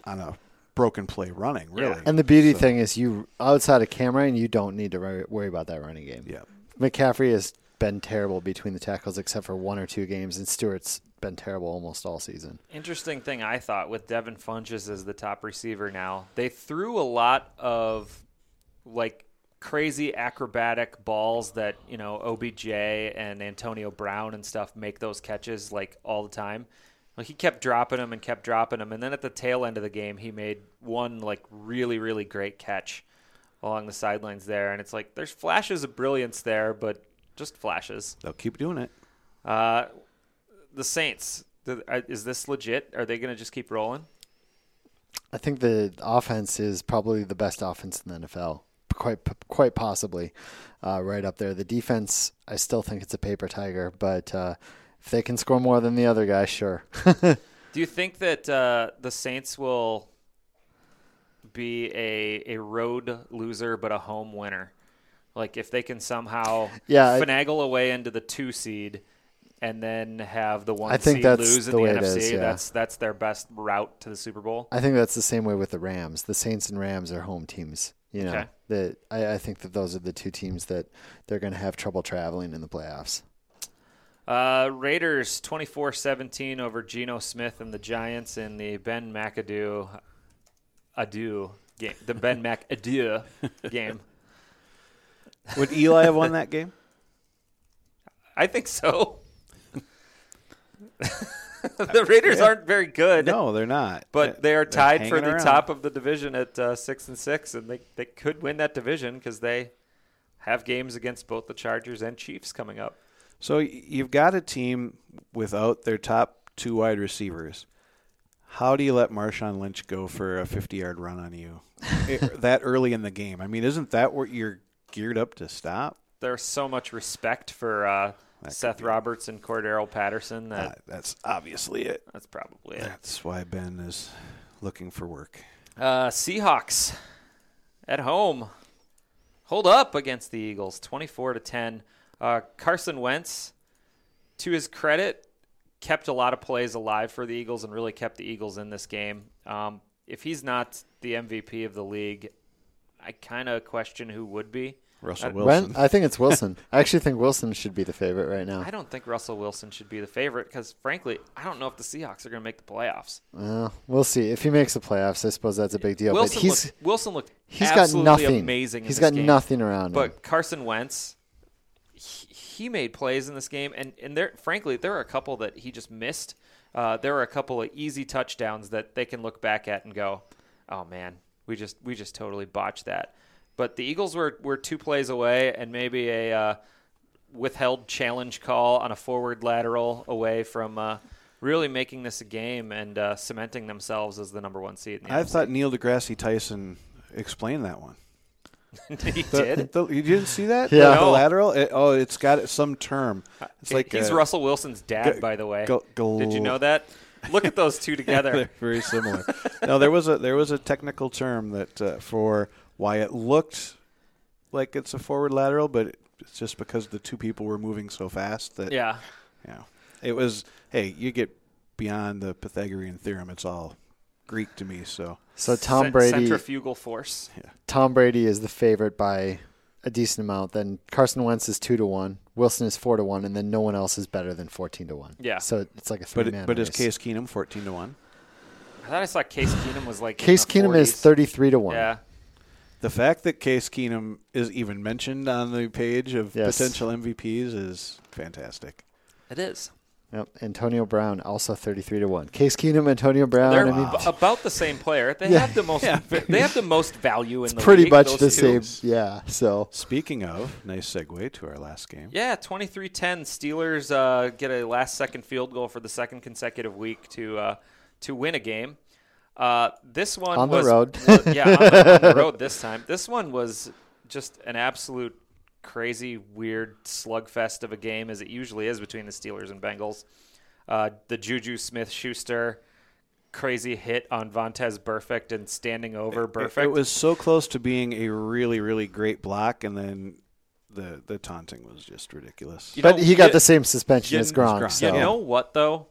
Speaker 8: on a broken play running, really.
Speaker 7: and the beauty thing is you outside of Cameron, you don't need to wor- worry about that running game.
Speaker 8: yeah.
Speaker 7: McCaffrey has been terrible between the tackles, except for one or two games, and Stewart's been terrible almost all season.
Speaker 6: Interesting thing I thought with Devin Funches as the top receiver now, they threw a lot of like crazy acrobatic balls that, you know, OBJ and Antonio Brown and stuff make those catches like all the time. Like he kept dropping them and kept dropping them and then at the tail end of the game he made one like really really great catch along the sidelines there and it's like there's flashes of brilliance there but just flashes.
Speaker 8: They'll keep doing it.
Speaker 6: Uh, the Saints. th- are- Is this legit? Are they going to just keep rolling?
Speaker 7: I think the offense is probably the best offense in the NFL, quite quite possibly, uh, right up there. The defense, I still think it's a paper tiger, but uh, if they can score more than the other guy, sure.
Speaker 6: Do you think that uh, the Saints will be a a road loser but a home winner? Like if they can somehow
Speaker 7: Yeah, I-
Speaker 6: finagle a way into the two seed and then have the one
Speaker 7: I think
Speaker 6: seed
Speaker 7: that's
Speaker 6: lose in
Speaker 7: the
Speaker 6: the
Speaker 7: way it
Speaker 6: NFC,
Speaker 7: is, yeah.
Speaker 6: that's that's their best route to the Super Bowl.
Speaker 7: I think that's the same way with the Rams. The Saints and Rams are home teams. You know,
Speaker 6: Okay.
Speaker 7: that I, I think that those are the two teams that they're going to have trouble traveling in the playoffs.
Speaker 6: Uh, Raiders 24-17 over Geno Smith and the Giants in the Ben McAdoo ado game. The Ben McAdoo game.
Speaker 8: Would Eli have won that game?
Speaker 6: I think so. the Raiders aren't very good,
Speaker 8: No, they're not.
Speaker 6: but they are
Speaker 8: They're
Speaker 6: tied for
Speaker 8: hanging
Speaker 6: the
Speaker 8: around.
Speaker 6: top of the division at uh, six and six, and they they could win that division because they have games against both the Chargers and Chiefs coming up.
Speaker 8: So y- you've got a team without their top two wide receivers. How do you let Marshawn Lynch go for a 50-yard run on you It- that early in the game? I mean, isn't that what you're geared up to stop?
Speaker 6: There's so much respect for uh, Seth Roberts and Cordero Patterson that
Speaker 8: Uh, That's obviously it.
Speaker 6: that's probably it.
Speaker 8: That's why Ben is looking for work.
Speaker 6: Uh, Seahawks at home hold up against the Eagles, twenty-four to ten. Uh, Carson Wentz, to his credit, kept a lot of plays alive for the Eagles and really kept the Eagles in this game. Um, if he's not the MVP of the league, I kind of question who would be. Uh,
Speaker 8: Russell
Speaker 6: I-
Speaker 8: Wilson.
Speaker 7: When, I think it's Wilson. I actually think Wilson should be the favorite right now.
Speaker 6: I don't think Russell Wilson should be the favorite because, frankly, I don't know if the Seahawks are going to make the playoffs.
Speaker 7: Well, we'll see if he makes the playoffs. I suppose that's a big deal.
Speaker 6: Wilson
Speaker 7: but he's
Speaker 6: looked, Wilson looked
Speaker 7: he's got
Speaker 6: absolutely
Speaker 7: nothing.
Speaker 6: amazing. in
Speaker 7: He's
Speaker 6: this
Speaker 7: got
Speaker 6: game.
Speaker 7: nothing around him.
Speaker 6: But Carson Wentz, he, he made plays in this game, and and there, frankly, there are a couple that he just missed. Uh, there are a couple of easy touchdowns that they can look back at and go, "Oh man, we just we just totally botched that." But the Eagles were were two plays away, and maybe a uh, withheld challenge call on a forward lateral away from. Uh, Really making this a game and uh, cementing themselves as the number one seed. In the
Speaker 8: I thought Neil deGrasse Tyson explained that one.
Speaker 6: NFL. he
Speaker 8: The-
Speaker 6: did.
Speaker 8: the- you didn't see that?
Speaker 7: Yeah.
Speaker 8: The
Speaker 6: No.
Speaker 8: lateral? It- oh, it's got some term. It's like
Speaker 6: he's
Speaker 8: uh,
Speaker 6: Russell Wilson's dad,
Speaker 8: Go-
Speaker 6: by the way.
Speaker 8: go- go-
Speaker 6: Did you know that? Look at those two together.
Speaker 8: They're very similar. no, there was a there was a technical term that uh, for why it looked like it's a forward lateral, but it's just because the two people were moving so fast that
Speaker 6: yeah,
Speaker 8: you know, it was. Hey, you get beyond the Pythagorean theorem; it's all Greek to me. So
Speaker 7: so Tom
Speaker 6: Cent-
Speaker 7: Brady,
Speaker 6: centrifugal force.
Speaker 7: Tom Brady is the favorite by a decent amount. Then Carson Wentz is two to one. Wilson is four to one, and then no one else is better than fourteen to one.
Speaker 6: Yeah.
Speaker 7: So it's like a three
Speaker 8: but
Speaker 7: man.
Speaker 8: it, but
Speaker 7: race.
Speaker 8: is Case Keenum fourteen to one?
Speaker 6: I thought I saw Case Keenum was like in
Speaker 7: Case
Speaker 6: the
Speaker 7: Keenum is
Speaker 6: 40s.
Speaker 7: thirty three to one.
Speaker 6: Yeah,
Speaker 8: The fact that Case Keenum is even mentioned on the page of
Speaker 7: Yes.
Speaker 8: potential MVPs is fantastic.
Speaker 6: It is.
Speaker 7: Yep. Antonio Brown also thirty three to one. Case Keenum, Antonio Brown.
Speaker 6: They're
Speaker 7: I mean,
Speaker 6: ab- about the same player. They have the most. They have the most value in the
Speaker 7: pretty
Speaker 6: league,
Speaker 7: much
Speaker 6: those
Speaker 7: the
Speaker 6: two.
Speaker 7: same. Yeah. So
Speaker 8: Speaking of, nice segue to our last game.
Speaker 6: Yeah, 23-10. Steelers uh, get a last-second field goal for the second consecutive week to uh, to win a game. Uh, this one
Speaker 7: On the
Speaker 6: was-
Speaker 7: road.
Speaker 6: wa- yeah, on the, on the road this time. This one was just an absolute crazy, weird slugfest of a game, as it usually is between the Steelers and Bengals. Uh, the Juju Smith-Schuster crazy hit on Vontez Perfect and standing over Perfect.
Speaker 8: It was so close to being a really, really great block, and then the the taunting was just ridiculous.
Speaker 6: You
Speaker 7: but
Speaker 6: know,
Speaker 7: he got
Speaker 6: you-
Speaker 7: the same suspension
Speaker 6: you-
Speaker 7: as Gronk.
Speaker 8: Gronk,
Speaker 7: So
Speaker 6: You know what though?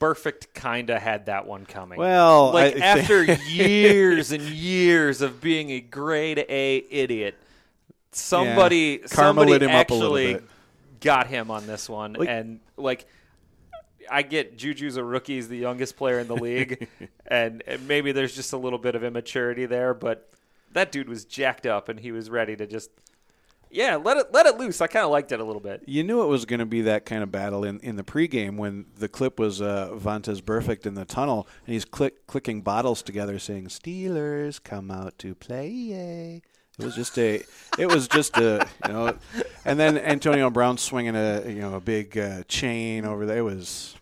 Speaker 6: Perfect kinda had that one coming.
Speaker 8: Well,
Speaker 6: like
Speaker 8: I-
Speaker 6: after years and years of being a grade A idiot, somebody
Speaker 8: karma
Speaker 6: somebody
Speaker 8: lit him up a little
Speaker 6: actually
Speaker 8: bit.
Speaker 6: got him on this one
Speaker 8: Like-
Speaker 6: and like I get Juju's a rookie, he's the youngest player in the league, and, and maybe there's just a little bit of immaturity there, but that dude was jacked up and he was ready to just yeah, let it let it loose. I kind of liked it a little bit.
Speaker 8: You knew it was going to be that kind of battle in, in the pregame when the clip was uh, Vantes Perfect in the tunnel and he's click, clicking bottles together saying Steelers come out to play. It was just a, it was just a, you know, and then Antonio Brown swinging a you know a big uh, chain over there. It was,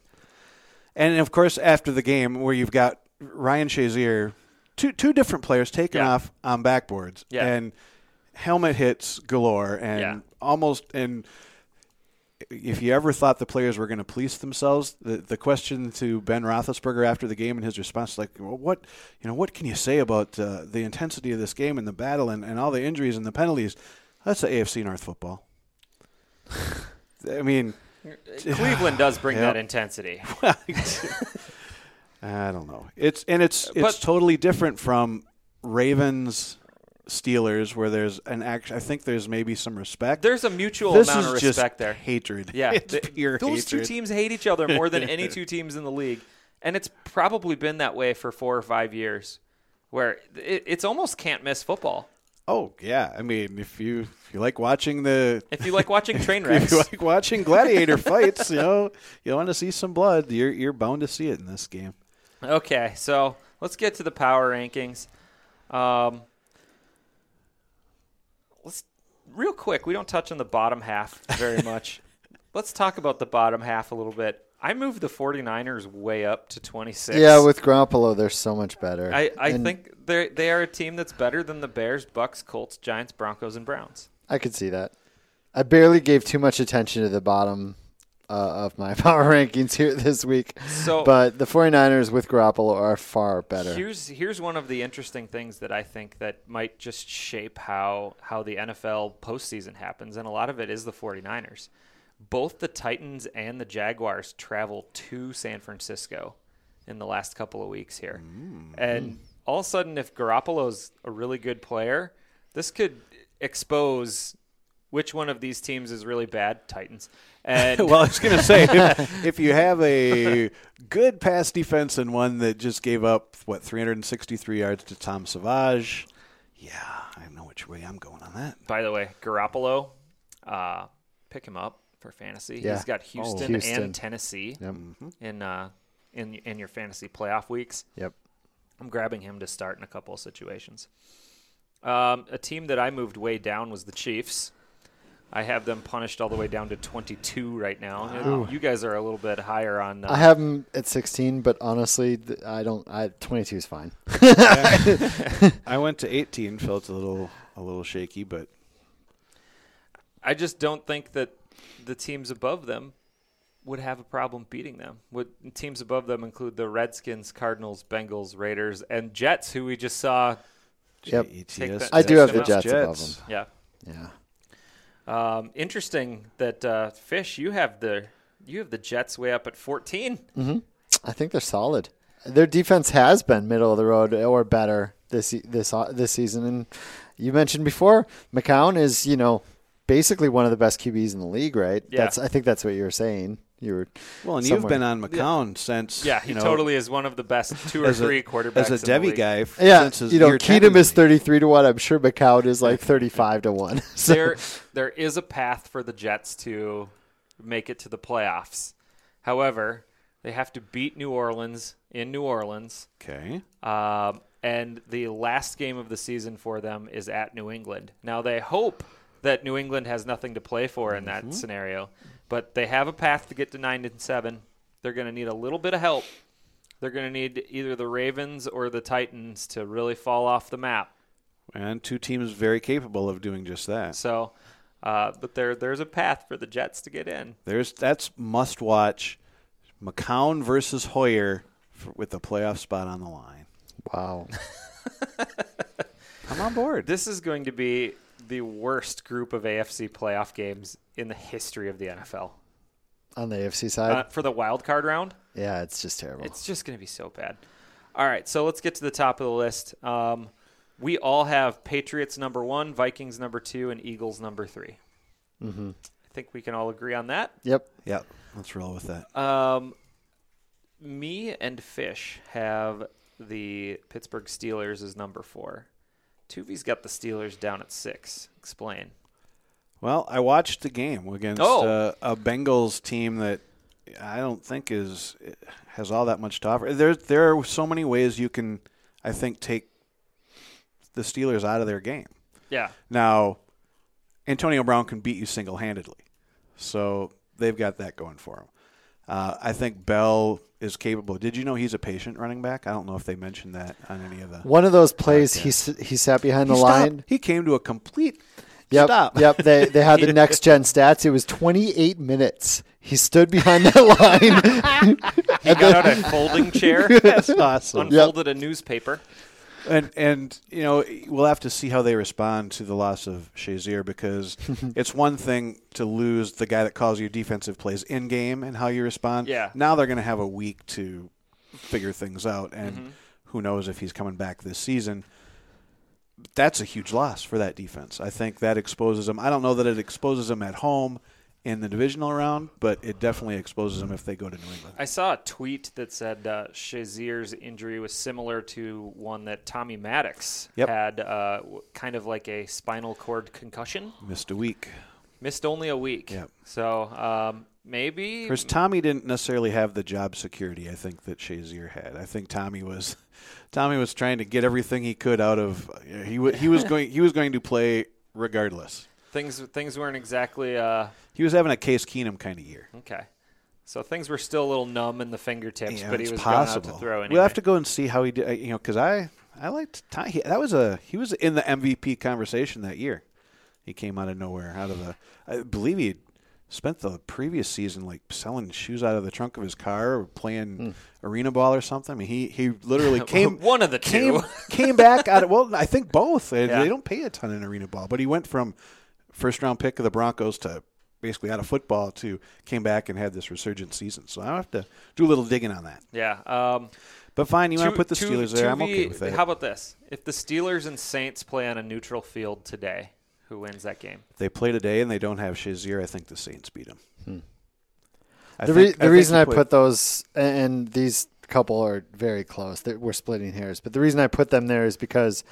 Speaker 8: and of course after the game where you've got Ryan Shazier, two two different players taken
Speaker 6: Yeah.
Speaker 8: off on backboards
Speaker 6: Yeah.
Speaker 8: and helmet hits galore and
Speaker 6: Yeah.
Speaker 8: almost and if you ever thought the players were going to police themselves, the, the question to Ben Roethlisberger after the game and his response, like, well, what you know, what can you say about uh, the intensity of this game and the battle and, and all the injuries and the penalties? That's the AFC North football. I mean,
Speaker 6: Cleveland does bring
Speaker 8: Yep.
Speaker 6: that intensity.
Speaker 8: I don't know. It's and it's it's
Speaker 6: Uh, But-
Speaker 8: totally different from Ravens, Steelers, where there's an act. I think there's maybe some respect.
Speaker 6: There's a mutual
Speaker 8: this
Speaker 6: amount of
Speaker 8: is
Speaker 6: respect
Speaker 8: just
Speaker 6: there.
Speaker 8: hatred.
Speaker 6: yeah,
Speaker 8: it's
Speaker 6: th-
Speaker 8: pure
Speaker 6: those two
Speaker 8: hatred.
Speaker 6: teams hate each other more than any two teams in the league, and it's probably been that way for four or five years, where it, it's almost can't miss football.
Speaker 8: Oh yeah, I mean, if you if you like watching the
Speaker 6: If you like watching train
Speaker 8: if
Speaker 6: wrecks,
Speaker 8: you like watching gladiator fights, you know you want to see some blood. You're you're bound to see it in this game.
Speaker 6: Okay, so let's get to the power rankings. Um, let's real quick. We don't touch on the bottom half very much. let's talk about the bottom half a little bit. I moved the 49ers way up to 26.
Speaker 7: yeah, with Garoppolo, they're so much better.
Speaker 6: I, I
Speaker 7: And
Speaker 6: think they they are a team that's better than the Bears, Bucks, Colts, Giants, Broncos, and Browns.
Speaker 7: I could see that. I barely gave too much attention to the bottom uh, of my power rankings here this week.
Speaker 6: So-
Speaker 7: but the 49ers with Garoppolo are far better.
Speaker 6: Here's here's one of the interesting things that I think that might just shape how how the NFL postseason happens, and a lot of it is the 49ers. Both the Titans and the Jaguars travel to San Francisco in the last couple of weeks here, and all of a sudden, if Garoppolo's a really good player, this could expose which one of these teams is really bad. Titans and
Speaker 8: Well, I was gonna say if, if you have a good pass defense and one that just gave up what 363 yards to Tom Savage, yeah, I know which way I'm going on that.
Speaker 6: By the way, Garoppolo, uh, pick him up for fantasy.
Speaker 7: Yeah. Oh,
Speaker 6: He's got Houston,
Speaker 7: Houston.
Speaker 6: and Tennessee
Speaker 7: Yep. Mm-hmm.
Speaker 6: in uh, in in your fantasy playoff weeks.
Speaker 7: Yep.
Speaker 6: I'm grabbing him to start in a couple of situations. Um, a team that I moved way down was the Chiefs. I have them punished all the way down to 22 right now. You guys are a little bit higher on. Uh,
Speaker 7: I have them at 16, but honestly, th- I don't. I 22 is fine.
Speaker 8: I went to 18, felt a little a little shaky, but
Speaker 6: I just don't think that the teams above them would have a problem beating them. Would teams above them include the Redskins, Cardinals, Bengals, Raiders, and Jets, who we just saw?
Speaker 7: Yep.
Speaker 8: E J-E-T-S,
Speaker 6: I do
Speaker 8: Jets,
Speaker 6: have the
Speaker 7: Jets above them.
Speaker 6: Yeah.
Speaker 7: Yeah.
Speaker 6: Um, interesting that uh, Fish, you have the you have the Jets way up at 14
Speaker 7: I think they're solid. Their defense has been middle of the road or better this this uh, this season. And you mentioned before, McCown is you know basically one of the best QBs in the league, right?
Speaker 6: Yeah.
Speaker 7: That's I think that's what you were saying. You were
Speaker 8: Well, and you've
Speaker 7: somewhere.
Speaker 8: been on McCown since
Speaker 6: Yeah, he
Speaker 8: you know,
Speaker 6: totally is one of the best two or
Speaker 8: as
Speaker 6: three
Speaker 8: a,
Speaker 6: quarterbacks.
Speaker 8: as
Speaker 6: in
Speaker 8: a
Speaker 6: the
Speaker 8: Debbie
Speaker 6: league.
Speaker 8: guy. f-
Speaker 7: Yeah,
Speaker 8: since his
Speaker 7: you know,
Speaker 8: year 10 in
Speaker 7: Keenum
Speaker 8: the
Speaker 7: is
Speaker 8: league.
Speaker 7: thirty-three to one. I'm sure McCown is like thirty-five to one. So
Speaker 6: there there is a path for the Jets to make it to the playoffs. However, they have to beat New Orleans in New Orleans.
Speaker 8: Okay.
Speaker 6: Um, and the last game of the season for them is at New England. Now they hope that New England has nothing to play for in that scenario, but they have a path to get to nine and seven. They're going to need a little bit of help. They're going to need either the Ravens or the Titans to really fall off the map.
Speaker 8: And two teams very capable of doing just that.
Speaker 6: So, uh, but there there's a path for the Jets to get in.
Speaker 8: There's that's must watch. McCown versus Hoyer for, with the playoff spot on the line.
Speaker 7: Wow.
Speaker 8: I'm on board.
Speaker 6: This is going to be the worst group of AFC playoff games in the history of the NFL.
Speaker 7: On the AFC side,
Speaker 6: Uh, for the wild card round,
Speaker 7: yeah, it's just terrible.
Speaker 6: It's just going to be so bad. All right, so let's get to the top of the list. Um, we all have Patriots number one, Vikings number two, and Eagles number 3 Mm-hmm. I think we can all agree on that.
Speaker 7: yep.
Speaker 8: yep. Let's roll with that.
Speaker 6: Um, me and Fish have the Pittsburgh Steelers as number four. Tuvi's got the Steelers down at six. Explain.
Speaker 8: Well, I watched the game against
Speaker 6: Oh.
Speaker 8: uh, a Bengals team that I don't think is has all that much to offer. There, there are so many ways you can, I think, take the Steelers out of their game.
Speaker 6: Yeah.
Speaker 8: Now, Antonio Brown can beat you single handedly, so they've got that going for him. Uh, I think Bell is capable. Did you know he's a patient running back? I don't know if they mentioned that on any of the.
Speaker 7: One of those plays, he s- he sat behind
Speaker 8: he
Speaker 7: the
Speaker 8: stopped.
Speaker 7: line.
Speaker 8: He came to a complete
Speaker 7: Yep,
Speaker 8: stop.
Speaker 7: yep. They they had the next gen stats. It was 28 minutes. He stood behind that line.
Speaker 6: He got out a folding chair,
Speaker 8: That's awesome.
Speaker 6: unfolded a newspaper.
Speaker 8: And and you know we'll have to see how they respond to the loss of Shazier because it's one thing to lose the guy that calls you defensive plays in game and how you respond.
Speaker 6: Yeah.
Speaker 8: Now they're going to have a week to figure things out, and who knows if he's coming back this season. That's a huge loss for that defense. I think that exposes them. I don't know that it exposes them at home in the divisional round, but it definitely exposes them if they go to New England.
Speaker 6: I saw a tweet that said uh, Shazier's injury was similar to one that Tommy Maddox
Speaker 8: Yep.
Speaker 6: had, uh, w- kind of like a spinal cord concussion.
Speaker 8: Missed a week.
Speaker 6: Missed only a week.
Speaker 8: Yep.
Speaker 6: So um, maybe
Speaker 8: Because Tommy didn't necessarily have the job security I think that Shazier had. I think Tommy was Tommy was trying to get everything he could out of he wa- he was going he was going to play regardless.
Speaker 6: things things weren't exactly uh,
Speaker 8: He was having a Case Keenum kind of year.
Speaker 6: okay. So things were still a little numb in the fingertips,
Speaker 8: Yeah,
Speaker 6: but he
Speaker 8: it's
Speaker 6: was
Speaker 8: possible.
Speaker 6: going out to throw anyway.
Speaker 8: We'll have to go and see how he did. I- You know, because I I liked Tommy. He- That was a he was in the MVP conversation that year. He came out of nowhere, out of the. I believe he had spent the previous season like selling shoes out of the trunk of his car or playing arena ball or something. I mean, he he literally came
Speaker 6: Hmm. One of the
Speaker 8: came
Speaker 6: two.
Speaker 8: came back out of well, I think both. They,
Speaker 6: Yeah.
Speaker 8: they don't pay a ton in arena ball, but he went from first round pick of the Broncos to basically out of football to came back and had this resurgent season. So I have to do a little digging on that.
Speaker 6: yeah. Um,
Speaker 8: But fine, you want
Speaker 6: Two-
Speaker 8: to put the
Speaker 6: two-
Speaker 8: Steelers there.
Speaker 6: two
Speaker 8: I'm okay
Speaker 6: v-
Speaker 8: with that.
Speaker 6: How about this? If the Steelers and Saints play on a neutral field today, who wins that game?
Speaker 8: If they play today and they don't have Shazier, I think the Saints beat them.
Speaker 7: Hmm. the re- the reason I put, those and- and these couple are very close. That we're splitting hairs, but the reason I put them there is because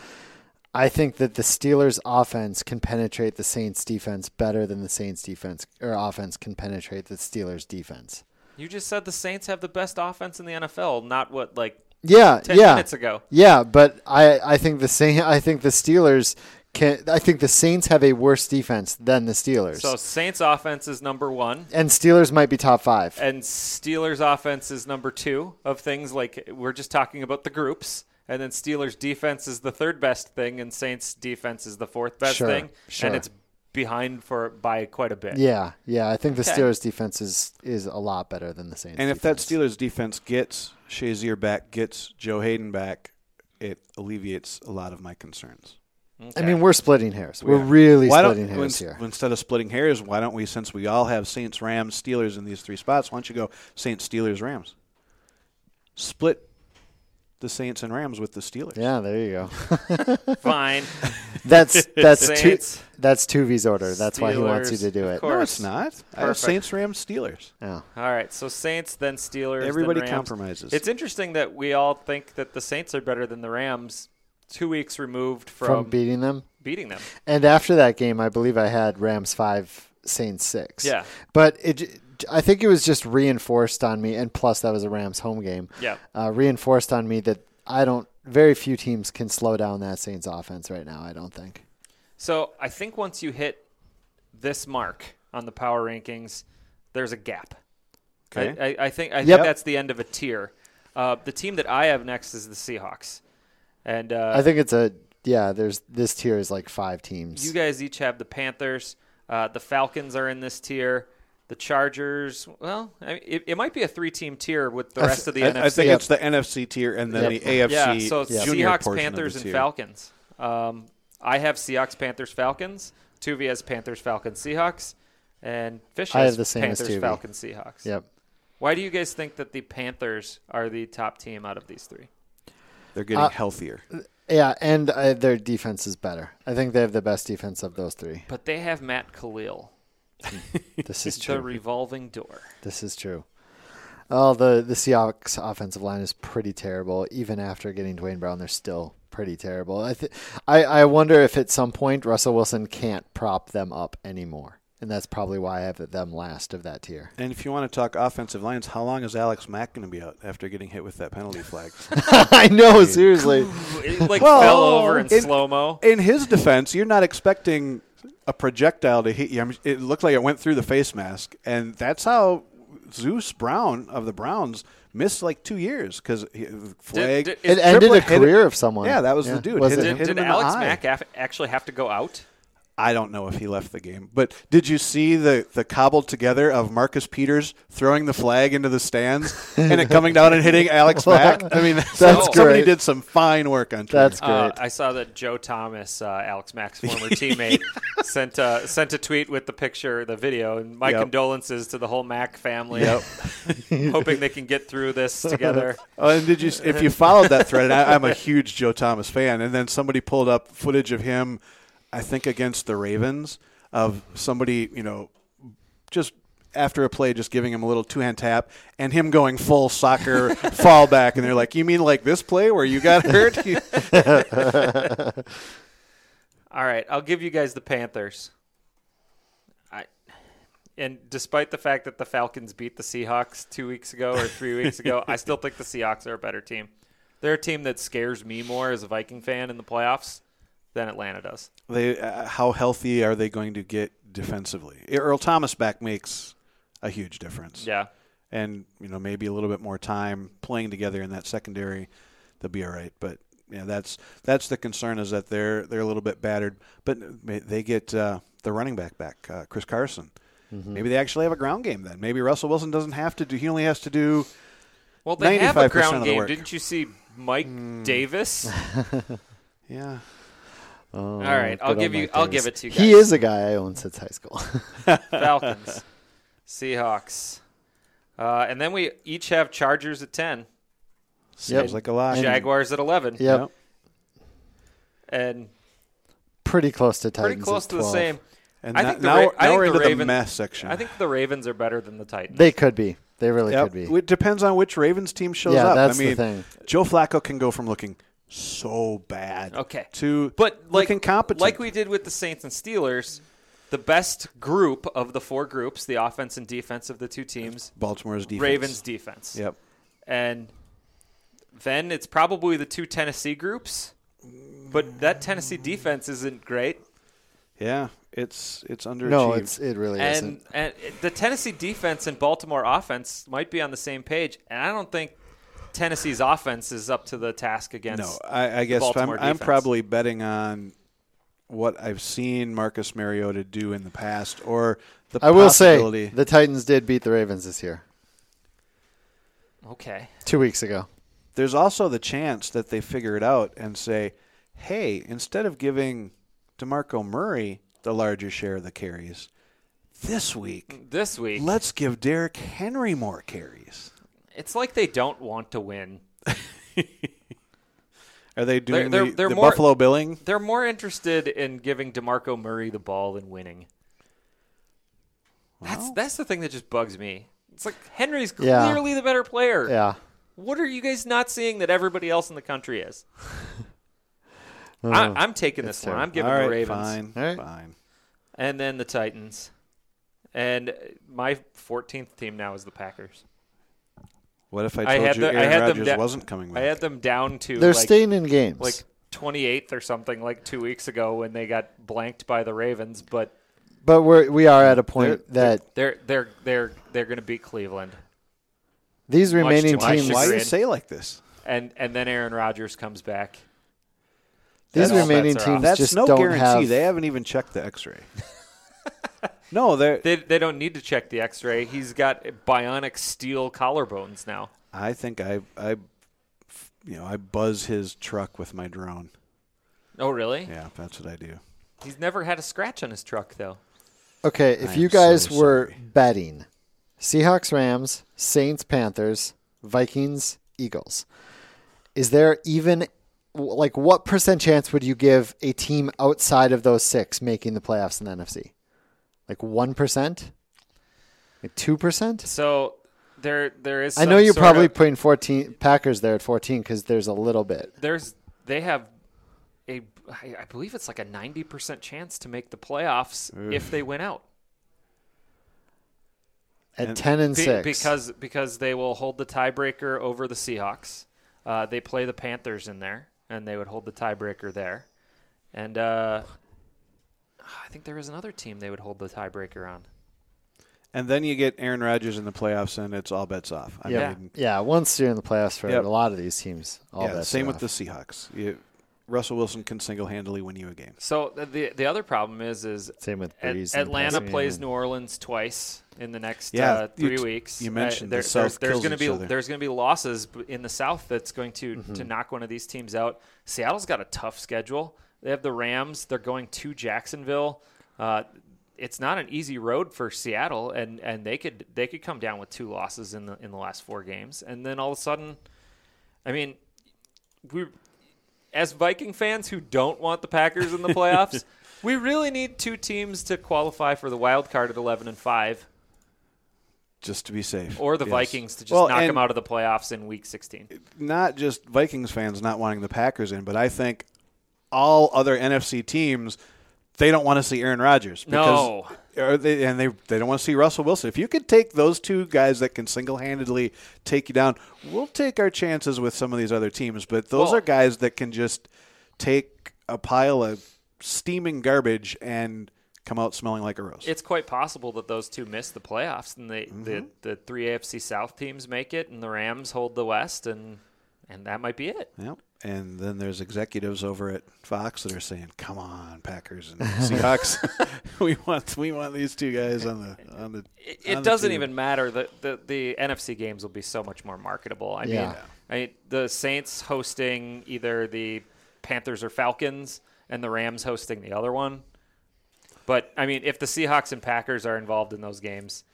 Speaker 7: I think that the Steelers' offense can penetrate the Saints' defense better than the Saints' defense or offense can penetrate the Steelers' defense.
Speaker 6: You just said the Saints have the best offense in the NFL, not what like
Speaker 7: Yeah,
Speaker 6: 10
Speaker 7: yeah.
Speaker 6: minutes ago.
Speaker 7: Yeah, but I I think the same. I think the Steelers can. I think the Saints have a worse defense than the Steelers.
Speaker 6: so Saints offense is number 1
Speaker 7: and Steelers might be top five.
Speaker 6: and Steelers offense is number 2 of things like we're just talking about the groups and then Steelers defense is the third best thing and Saints defense is the fourth best
Speaker 7: Sure,
Speaker 6: thing
Speaker 7: sure.
Speaker 6: and it's behind for by quite a bit.
Speaker 7: Yeah, yeah. I think the
Speaker 6: Okay.
Speaker 7: Steelers defense is is a lot better than the Saints.
Speaker 8: and if that
Speaker 7: defense.
Speaker 8: Steelers defense gets Shazier back, gets Joe Hayden back, it alleviates a lot of my concerns.
Speaker 7: I mean, we're splitting hairs. We're really
Speaker 8: why
Speaker 7: splitting
Speaker 8: don't,
Speaker 7: hairs
Speaker 8: ins-
Speaker 7: here.
Speaker 8: Instead of splitting hairs, why don't we, since we all have Saints, Rams, Steelers in these three spots, why don't you go Saints, Steelers, Rams? Split the Saints and Rams with the Steelers.
Speaker 7: Yeah, there you go.
Speaker 6: Fine.
Speaker 7: That's that's two.
Speaker 6: Saints.
Speaker 7: That's two V's order. That's why he wants you
Speaker 6: Steelers,
Speaker 7: to do
Speaker 6: of
Speaker 7: it.
Speaker 6: course.
Speaker 8: No, it's not. I have
Speaker 6: Perfect.
Speaker 8: Saints, Rams, Steelers.
Speaker 7: Yeah.
Speaker 6: All right, so Saints, then Steelers. then
Speaker 8: Everybody
Speaker 6: Rams.
Speaker 8: compromises.
Speaker 6: It's interesting that we all think that the Saints are better than the Rams, two weeks removed from,
Speaker 7: From beating them,
Speaker 6: beating them.
Speaker 7: and after that game, I believe I had Rams five saying six.
Speaker 6: Yeah.
Speaker 7: But it, j- I think it was just reinforced on me, and plus that was a Rams home game.
Speaker 6: Yeah.
Speaker 7: Uh, reinforced on me that I don't. Very few teams can slow down that Saints offense right now. I don't think.
Speaker 6: So I think once you hit this mark on the power rankings, there's a gap.
Speaker 8: Okay.
Speaker 6: I, I, I think I
Speaker 7: Yep.
Speaker 6: think that's the end of a tier. Uh, the team that I have next is the Seahawks, and uh,
Speaker 7: I think it's a yeah. There's this tier is like five teams.
Speaker 6: you guys each have the Panthers. Uh, the Falcons are in this tier. The Chargers. Well, I mean, it, it might be a three-team tier with the rest of the
Speaker 8: I,
Speaker 6: NFC.
Speaker 8: I think
Speaker 7: Yep.
Speaker 8: it's the NFC tier and then
Speaker 7: Yep.
Speaker 8: the AFC.
Speaker 6: yeah, so it's
Speaker 8: junior
Speaker 6: Seahawks,
Speaker 8: portion of the
Speaker 6: Panthers, and
Speaker 8: tier.
Speaker 6: Falcons. Um, I have Seahawks, Panthers, Falcons. Tuvi has Panthers, Falcons, Seahawks, and Fish
Speaker 7: I
Speaker 6: has
Speaker 7: have the same as
Speaker 6: Panthers,
Speaker 7: Tuvi.
Speaker 6: Falcons, Seahawks.
Speaker 7: Yep.
Speaker 6: Why do you guys think that the Panthers are the top team out of these three?
Speaker 8: They're
Speaker 7: Uh,
Speaker 8: getting healthier.
Speaker 7: Yeah, and uh, their defense is better. I think they have the best defense of those three.
Speaker 6: But they have Matt Khalil,
Speaker 7: This is
Speaker 6: the
Speaker 7: true.
Speaker 6: revolving door.
Speaker 7: This is true. Oh, the the Seahawks offensive line is pretty terrible. Even after getting Dwayne Brown, they're still pretty terrible. I th- I I wonder if at some point Russell Wilson can't prop them up anymore, and that's probably why I have them last of that tier.
Speaker 8: And if you want to talk offensive lines, how long is Alex Mack going to be out after getting hit with that penalty flag?
Speaker 7: I know, seriously.
Speaker 6: It like
Speaker 8: Well,
Speaker 6: fell over in
Speaker 8: it-
Speaker 6: slow mo.
Speaker 8: In his defense, you're not expecting a projectile to hit you. I mean, it looked like it went through the face mask, and that's how Zeus Brown of the Browns missed like two years because flag.
Speaker 6: did-
Speaker 7: It
Speaker 6: It's
Speaker 7: ended a
Speaker 8: triplet hit-
Speaker 7: career of someone.
Speaker 8: Yeah, that was the dude.
Speaker 7: Was
Speaker 8: Hit
Speaker 7: it
Speaker 8: him.
Speaker 7: him?
Speaker 6: Did,
Speaker 8: hit
Speaker 6: did
Speaker 8: in the
Speaker 6: Alex
Speaker 8: eye.
Speaker 6: Mack af- actually have to go out?
Speaker 8: I don't know if he left the game, but did you see the the cobbled together of Marcus Peters throwing the flag into the stands and it coming down and hitting Alex Mack? I mean, that's
Speaker 7: That's
Speaker 8: somebody
Speaker 7: great.
Speaker 8: did some fine work on Twitter.
Speaker 7: That's great.
Speaker 6: Uh, I saw that Joe Thomas, uh, Alex Mack's former teammate, sent uh, sent a tweet with the picture, the video, and my
Speaker 8: Yep.
Speaker 6: condolences to the whole Mack family.
Speaker 8: Yep.
Speaker 6: Hoping they can get through this together.
Speaker 8: Oh, and did you? If you followed that thread, and I, I'm a huge Joe Thomas fan, and then somebody pulled up footage of him, I think against the Ravens, of somebody you know, just after a play, just giving him a little two hand tap, and him going full soccer fall back, and they're like, "You mean like this play where you got hurt?"
Speaker 6: All right, I'll give you guys the Panthers. I, and despite the fact that the Falcons beat the Seahawks two weeks ago or three weeks ago, I still think the Seahawks are a better team. They're a team that scares me more as a Viking fan in the playoffs than Atlanta does.
Speaker 8: they, uh, how healthy are they going to get defensively? Earl Thomas back makes a huge difference.
Speaker 6: Yeah.
Speaker 8: and you know maybe a little bit more time playing together in that secondary, they'll be all right. But yeah, that's that's the concern is that they're they're a little bit battered, but may- they get uh, the running back back, uh, Chris Carson.
Speaker 7: Mm-hmm.
Speaker 8: Maybe they actually have a ground game then. Maybe Russell Wilson doesn't have to do. He only has to do.
Speaker 6: Well, they have a
Speaker 8: 95%
Speaker 6: ground
Speaker 8: of the
Speaker 6: game.
Speaker 8: work.
Speaker 6: Didn't you see Mike
Speaker 7: Hmm.
Speaker 6: Davis?
Speaker 8: Yeah,
Speaker 6: All right, I'll give
Speaker 7: Good Oh, on
Speaker 6: you.
Speaker 7: Mike
Speaker 6: I'll
Speaker 7: Davis.
Speaker 6: give it to you. Guys.
Speaker 7: He is a guy I own since high school.
Speaker 6: Falcons, Seahawks, uh, and then we each have Chargers at ten,
Speaker 8: seems like a lot.
Speaker 6: Jaguars at eleven,
Speaker 7: yep.
Speaker 8: Yep.
Speaker 6: and
Speaker 7: Pretty close to Titans.
Speaker 6: pretty close
Speaker 7: at
Speaker 6: to the
Speaker 7: 12.
Speaker 6: same.
Speaker 8: And
Speaker 6: I
Speaker 8: no-
Speaker 6: think the
Speaker 8: now,
Speaker 6: Ra- I
Speaker 8: now
Speaker 6: think
Speaker 8: we're
Speaker 6: the
Speaker 8: into the
Speaker 6: Raven-
Speaker 8: mess section.
Speaker 6: I think the Ravens are better than the Titans.
Speaker 7: They could be. They really
Speaker 8: Yep.
Speaker 7: could be.
Speaker 8: It depends on which Ravens team shows
Speaker 7: Yeah,
Speaker 8: up.
Speaker 7: that's
Speaker 8: I
Speaker 7: the
Speaker 8: mean,
Speaker 7: thing.
Speaker 8: Joe Flacco can go from looking so bad
Speaker 6: Okay.
Speaker 8: to
Speaker 6: but like
Speaker 8: looking competent.
Speaker 6: like we did with the Saints and Steelers, the best group of the four groups, the offense and defense of the two teams,
Speaker 8: Baltimore's defense.
Speaker 6: Ravens defense.
Speaker 8: Yep.
Speaker 6: and then it's probably the two Tennessee groups. But that Tennessee defense isn't great,
Speaker 8: Yeah, it's it's underachieved.
Speaker 7: No, it's it really
Speaker 6: and
Speaker 7: isn't.
Speaker 6: and it- the Tennessee defense and Baltimore offense might be on the same page, and I don't think Tennessee's offense is up to the task
Speaker 8: no.
Speaker 6: against.
Speaker 8: I, I guess I'm,
Speaker 6: Baltimore
Speaker 8: I'm
Speaker 6: defense.
Speaker 8: probably betting on what I've seen Marcus Mariota do in the past, or the
Speaker 7: I will say
Speaker 8: possibility-
Speaker 7: the Titans did beat the Ravens this year,
Speaker 6: Okay,
Speaker 7: two weeks ago.
Speaker 8: there's also the chance that they figure it out and say, "Hey, instead of giving Demarco Murray the larger share of the carries this week,
Speaker 6: this week
Speaker 8: let's give Derrick Henry more carries."
Speaker 6: it's like they don't want to win.
Speaker 8: Are they doing
Speaker 6: they're-
Speaker 8: the,
Speaker 6: they're
Speaker 8: the
Speaker 6: more-
Speaker 8: Buffalo billing?
Speaker 6: They're more interested in giving Demarco Murray the ball than winning. That's that's the thing that just bugs me. It's like Henry's
Speaker 7: Yeah.
Speaker 6: clearly the better player.
Speaker 7: Yeah,
Speaker 6: What are you guys not seeing that everybody else in the country is? I, I'm taking this one. I'm giving
Speaker 8: Oh, All
Speaker 6: the
Speaker 8: right,
Speaker 6: Ravens
Speaker 8: fine,
Speaker 7: All right.
Speaker 8: fine.
Speaker 6: and then the Titans. And my 14th team now is the Packers.
Speaker 8: What if I
Speaker 6: I
Speaker 8: told
Speaker 6: had
Speaker 8: you
Speaker 6: the- I
Speaker 8: Aaron
Speaker 6: had them
Speaker 8: Rodgers
Speaker 6: da-
Speaker 8: wasn't coming back?
Speaker 6: I had them down to
Speaker 7: They're
Speaker 6: like,
Speaker 7: staying in games.
Speaker 6: like 28th or something like two weeks ago when they got blanked by the Ravens, but
Speaker 7: but we're we are at a point that
Speaker 6: they're they're they're they're going to beat Cleveland.
Speaker 7: these remaining
Speaker 6: too much
Speaker 7: teams
Speaker 8: Why do you
Speaker 6: Chagrin.
Speaker 8: say like this?
Speaker 6: And and then Aaron Rodgers comes back.
Speaker 7: these
Speaker 6: That's-
Speaker 7: remaining
Speaker 6: that's our
Speaker 7: teams
Speaker 8: That's
Speaker 7: just
Speaker 8: no
Speaker 7: don't
Speaker 8: guarantee.
Speaker 7: have
Speaker 8: They haven't even checked the X-ray. no, they're.
Speaker 6: They they don't need to check the X-ray. He's got bionic steel collarbones now.
Speaker 8: I think I, I, you know, I buzz his truck with my drone.
Speaker 6: Oh really?
Speaker 8: Yeah, that's what I do.
Speaker 6: He's never had a scratch on his truck though.
Speaker 7: Okay, if
Speaker 8: I
Speaker 7: you
Speaker 8: am so
Speaker 7: guys were
Speaker 8: sorry.
Speaker 7: betting Seahawks, Rams, Saints, Panthers, Vikings, Eagles, is there even like what percent chance would you give a team outside of those six making the playoffs in the NFC? Like 1%? Like 2%?
Speaker 6: So there there is.
Speaker 7: I
Speaker 6: some
Speaker 7: know you're
Speaker 6: sort
Speaker 7: probably
Speaker 6: of-
Speaker 7: putting 14 Packers there at 14 cuz there's a little bit.
Speaker 6: there's they have a I I believe it's like a ninety percent chance to make the playoffs if they win out.
Speaker 7: At 10 and
Speaker 6: Be-
Speaker 7: 6.
Speaker 6: because because they will hold the tiebreaker over the Seahawks. Uh, they play the Panthers in there, and they would hold the tiebreaker there. And uh, I think there is another team they would hold the tiebreaker on.
Speaker 8: And then you get Aaron Rodgers in the playoffs, and it's all bets off. I
Speaker 6: Yeah.
Speaker 8: mean,
Speaker 7: yeah, once you're in the playoffs for
Speaker 8: Yep.
Speaker 7: a lot of these teams, all
Speaker 8: yeah.
Speaker 7: bets
Speaker 8: Same
Speaker 7: are
Speaker 8: with
Speaker 7: off.
Speaker 8: the Seahawks. You, Russell Wilson can single-handedly win you a game.
Speaker 6: So the- the the other problem is is
Speaker 7: Same with
Speaker 6: At-
Speaker 7: Breeze and
Speaker 6: Atlanta
Speaker 7: Paxton.
Speaker 6: plays New Orleans twice in the next
Speaker 8: Yeah,
Speaker 6: uh,
Speaker 8: you
Speaker 6: three
Speaker 8: t-
Speaker 6: weeks.
Speaker 8: you mentioned the
Speaker 6: there-
Speaker 8: South
Speaker 6: there's
Speaker 8: kills
Speaker 6: going to be
Speaker 8: each other. Mm-hmm.
Speaker 6: there's going to be losses b- in the South that's going to to knock one of these teams out. Seattle's got a tough schedule. They have the Rams. They're going to Jacksonville. Uh, it's not an easy road for Seattle, and, and they could they could come down with two losses in the in the last four games, and then all of a sudden, I mean, we as Viking fans who don't want the Packers in the playoffs, we really need two teams to qualify for the wild card at 11 and 5
Speaker 8: Just to be safe.
Speaker 6: or the
Speaker 8: Yes.
Speaker 6: Vikings to just
Speaker 8: Well,
Speaker 6: knock
Speaker 8: and
Speaker 6: them out of the playoffs in week 16.
Speaker 8: Not just Vikings fans not wanting the Packers in, but I think all other NFC teams they don't want to see Aaron Rodgers.
Speaker 6: No.
Speaker 8: or they, and they they don't want to see Russell Wilson. If you could take those two guys that can single-handedly take you down, we'll take our chances with some of these other teams. But those
Speaker 6: Well-
Speaker 8: are guys that can just take a pile of steaming garbage and come out smelling like a rose.
Speaker 6: It's quite possible that those two miss the playoffs and the
Speaker 8: Mm-hmm.
Speaker 6: the, the three AFC South teams make it and the Rams hold the West and and that might be it.
Speaker 8: Yep. And then there's executives over at Fox that are saying, "Come on, Packers and Seahawks, we want we want these two guys on the on the."
Speaker 6: It,
Speaker 8: on
Speaker 6: it
Speaker 8: the
Speaker 6: doesn't
Speaker 8: team."
Speaker 6: even matter. The, the the NFC games will be so much more marketable. I mean,
Speaker 7: Yeah.
Speaker 6: I mean, the Saints hosting either the Panthers or Falcons, and the Rams hosting the other one. But I mean, if the Seahawks and Packers are involved in those games,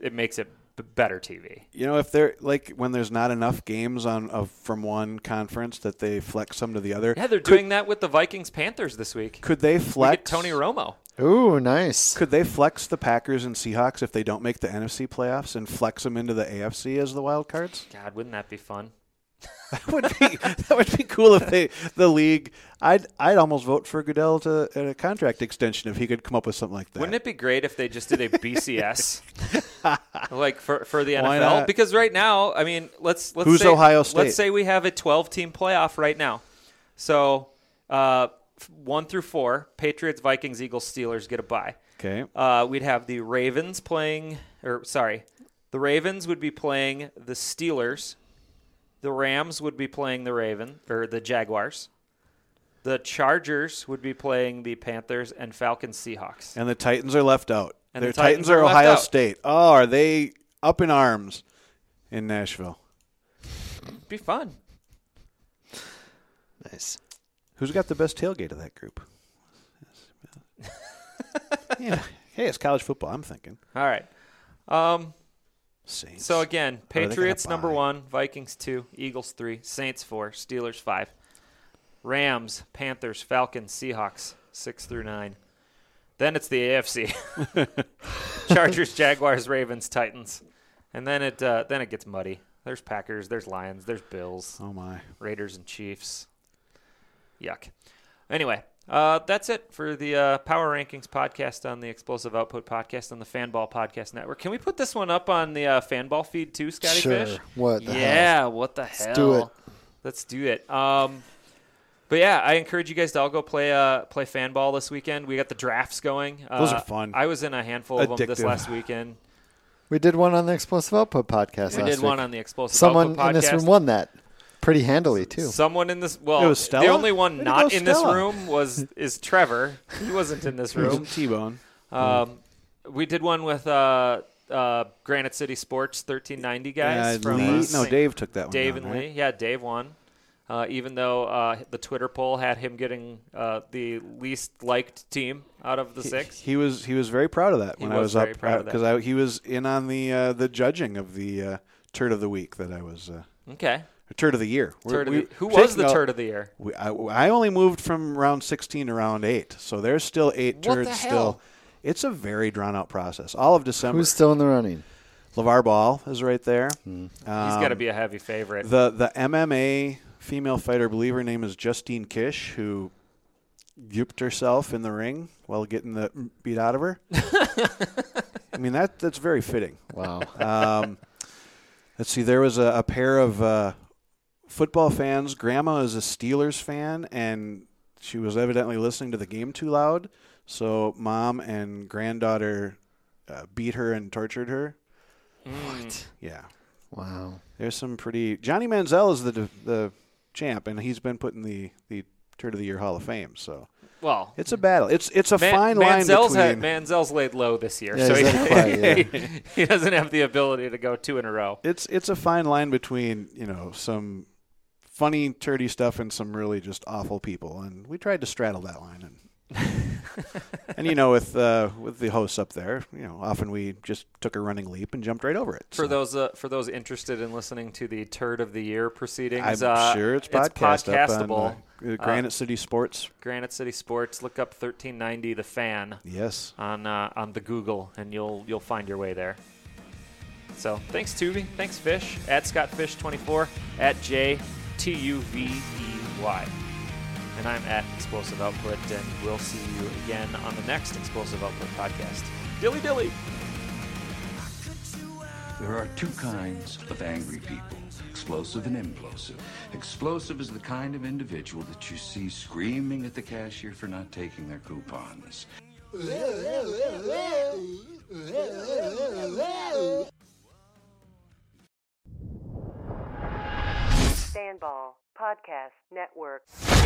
Speaker 6: it makes it b- better TV.
Speaker 8: You know, if they're like when there's not enough games on of from one conference that they flex some to the other.
Speaker 6: Yeah, they're
Speaker 8: could,
Speaker 6: doing that with the Vikings Panthers this week.
Speaker 8: Could they
Speaker 6: We
Speaker 8: flex
Speaker 6: get Tony Romo.
Speaker 7: Ooh, nice.
Speaker 8: Could they flex the Packers and Seahawks if they don't make the NFC playoffs and flex them into the AFC as the wild cards?
Speaker 6: God, wouldn't that be fun?
Speaker 8: That would be that would be cool if they the league. I'd I'd almost vote for Goodell to at a contract extension if he could come up with something like that.
Speaker 6: Wouldn't it be great if they just did a BCS, like for for the
Speaker 8: Why
Speaker 6: NFL?
Speaker 8: not?
Speaker 6: Because right now, I mean, let's let's
Speaker 8: Who's
Speaker 6: say,
Speaker 8: Ohio State?
Speaker 6: Let's say we have a twelve team playoff right now. So uh, f- one through four: Patriots, Vikings, Eagles, Steelers get a bye.
Speaker 8: Okay.
Speaker 6: Uh, we'd have the Ravens playing, or sorry, the Ravens would be playing the Steelers. The Rams would be playing the Raven or the Jaguars. The Chargers would be playing the Panthers and Falcons Seahawks.
Speaker 8: And the Titans are left out.
Speaker 6: And
Speaker 8: Their
Speaker 6: the Titans
Speaker 8: Titans, are
Speaker 6: are left
Speaker 8: Ohio
Speaker 6: out.
Speaker 8: State. Oh, are they up in arms in Nashville?
Speaker 6: be fun.
Speaker 7: Nice.
Speaker 8: Who's got the best tailgate of that group? yeah. Hey, it's college football. I'm thinking.
Speaker 6: All right. Um,
Speaker 8: Saints.
Speaker 6: so again,
Speaker 8: they got a
Speaker 6: Patriots number
Speaker 8: bye.
Speaker 6: one, Vikings two, Eagles three, Saints four, Steelers five, Rams, Panthers, Falcons, Seahawks six through nine. Then it's the AFC: Chargers, Jaguars, Ravens, Titans, and then it uh, then it gets muddy. There's Packers, there's Lions, there's Bills,
Speaker 8: oh my.
Speaker 6: Raiders, and Chiefs. Yuck. Anyway, Uh, that's it for the uh, Power Rankings podcast on the Explosive Output podcast on the Fanball Podcast Network. Can we put this one up on the uh, Fanball feed too, Scotty
Speaker 7: Sure.
Speaker 6: Fish?
Speaker 7: What the hell?
Speaker 6: yeah, what the hell?
Speaker 7: do it.
Speaker 6: Let's do it. Um, but yeah, I encourage you guys to all go play uh, play Fanball this weekend. We got the drafts going. Uh,
Speaker 8: Those are fun.
Speaker 6: I was in a handful of them this
Speaker 8: Addictive.
Speaker 6: last weekend.
Speaker 7: We did one on the Explosive Output podcast
Speaker 6: We
Speaker 7: last
Speaker 6: did one
Speaker 7: week.
Speaker 6: on the Explosive
Speaker 7: Someone
Speaker 6: Output podcast.
Speaker 7: in this room won that pretty handily too.
Speaker 6: Someone in this well,
Speaker 8: It was Stella?
Speaker 6: the only one
Speaker 8: Way to
Speaker 6: not
Speaker 8: go,
Speaker 6: in this
Speaker 8: Stella.
Speaker 6: room was is Trevor. He wasn't in this room.
Speaker 8: T-bone.
Speaker 6: Um, we did one with uh, uh, Granite City Sports 1390 guys
Speaker 8: Uh,
Speaker 6: from
Speaker 8: Lee,
Speaker 6: us.
Speaker 8: no, Dave took that one.
Speaker 6: Dave
Speaker 8: down,
Speaker 6: and
Speaker 8: right?
Speaker 6: Lee. Yeah, Dave won. Uh, even though uh, the Twitter poll had him getting uh, the least liked team out of the six.
Speaker 8: He was he was very proud of that
Speaker 6: He
Speaker 8: when I
Speaker 6: was
Speaker 8: was
Speaker 6: very
Speaker 8: up
Speaker 6: proud of that.
Speaker 8: because he was in on the uh, the judging of the uh, turd of the week that I was uh,
Speaker 6: Okay.
Speaker 8: turd of the year. We're-
Speaker 6: Turd of
Speaker 8: we-
Speaker 6: the, who was
Speaker 8: taking
Speaker 6: the
Speaker 8: all-
Speaker 6: turd of the year?
Speaker 8: We, I, I only moved from round 16 to round 8, so there's still
Speaker 6: What
Speaker 8: 8
Speaker 6: the
Speaker 8: turds
Speaker 6: hell?
Speaker 8: still. It's a very drawn out process. All of December.
Speaker 7: Who's still in the Hmm. running?
Speaker 8: LeVar Ball is right there.
Speaker 6: He's
Speaker 8: um,
Speaker 6: got to be a heavy favorite.
Speaker 8: The the MMA female fighter believer name is Justine Kish, who duped herself in the ring while getting the beat out of her. I mean that that's very fitting.
Speaker 7: Wow.
Speaker 8: Um, let's see, there was a, a pair of uh, football fans. Grandma is a Steelers fan, and she was evidently listening to the game too loud. So mom and granddaughter uh, beat her and tortured her.
Speaker 6: Hmm.
Speaker 8: What? Yeah.
Speaker 7: wow.
Speaker 8: There's some pretty. Johnny Manziel is the the champ, and he's been put in the the Turd of the Year Hall of Fame. So
Speaker 6: well,
Speaker 8: it's a battle. It's it's a
Speaker 6: Man-
Speaker 8: fine
Speaker 6: Manziel's
Speaker 8: line
Speaker 6: had-
Speaker 8: between.
Speaker 6: Manziel's laid low this year,
Speaker 7: Yeah,
Speaker 6: so
Speaker 7: he's had a quiet
Speaker 6: he, he doesn't have the ability to go two in a row.
Speaker 8: it's it's a fine line between you know some funny turdy stuff and some really just awful people, and we tried to straddle that line. And and you know with uh, with the hosts up there, you know often we just took a running leap and jumped right over it.
Speaker 6: For
Speaker 8: So
Speaker 6: those uh, for those interested in listening to the turd of the year proceedings,
Speaker 8: I'm
Speaker 6: uh,
Speaker 8: sure it's, podcast up
Speaker 6: podcastable.
Speaker 8: on uh, Granite City Sports.
Speaker 6: Granite City Sports. Look up 1390 The Fan
Speaker 8: Yes.
Speaker 6: on uh, on the Google, and you'll you'll find your way there. So thanks Tubi, thanks Fish at Scott Fish 24 at J T U V E Y, and I'm at Explosive Output, and we'll see you again on the next Explosive Output podcast. Dilly dilly.
Speaker 9: There are two kinds of angry people explosive and implosive. Explosive is the kind of individual that you see screaming at the cashier for not taking their coupons.
Speaker 1: Fanball Podcast Network.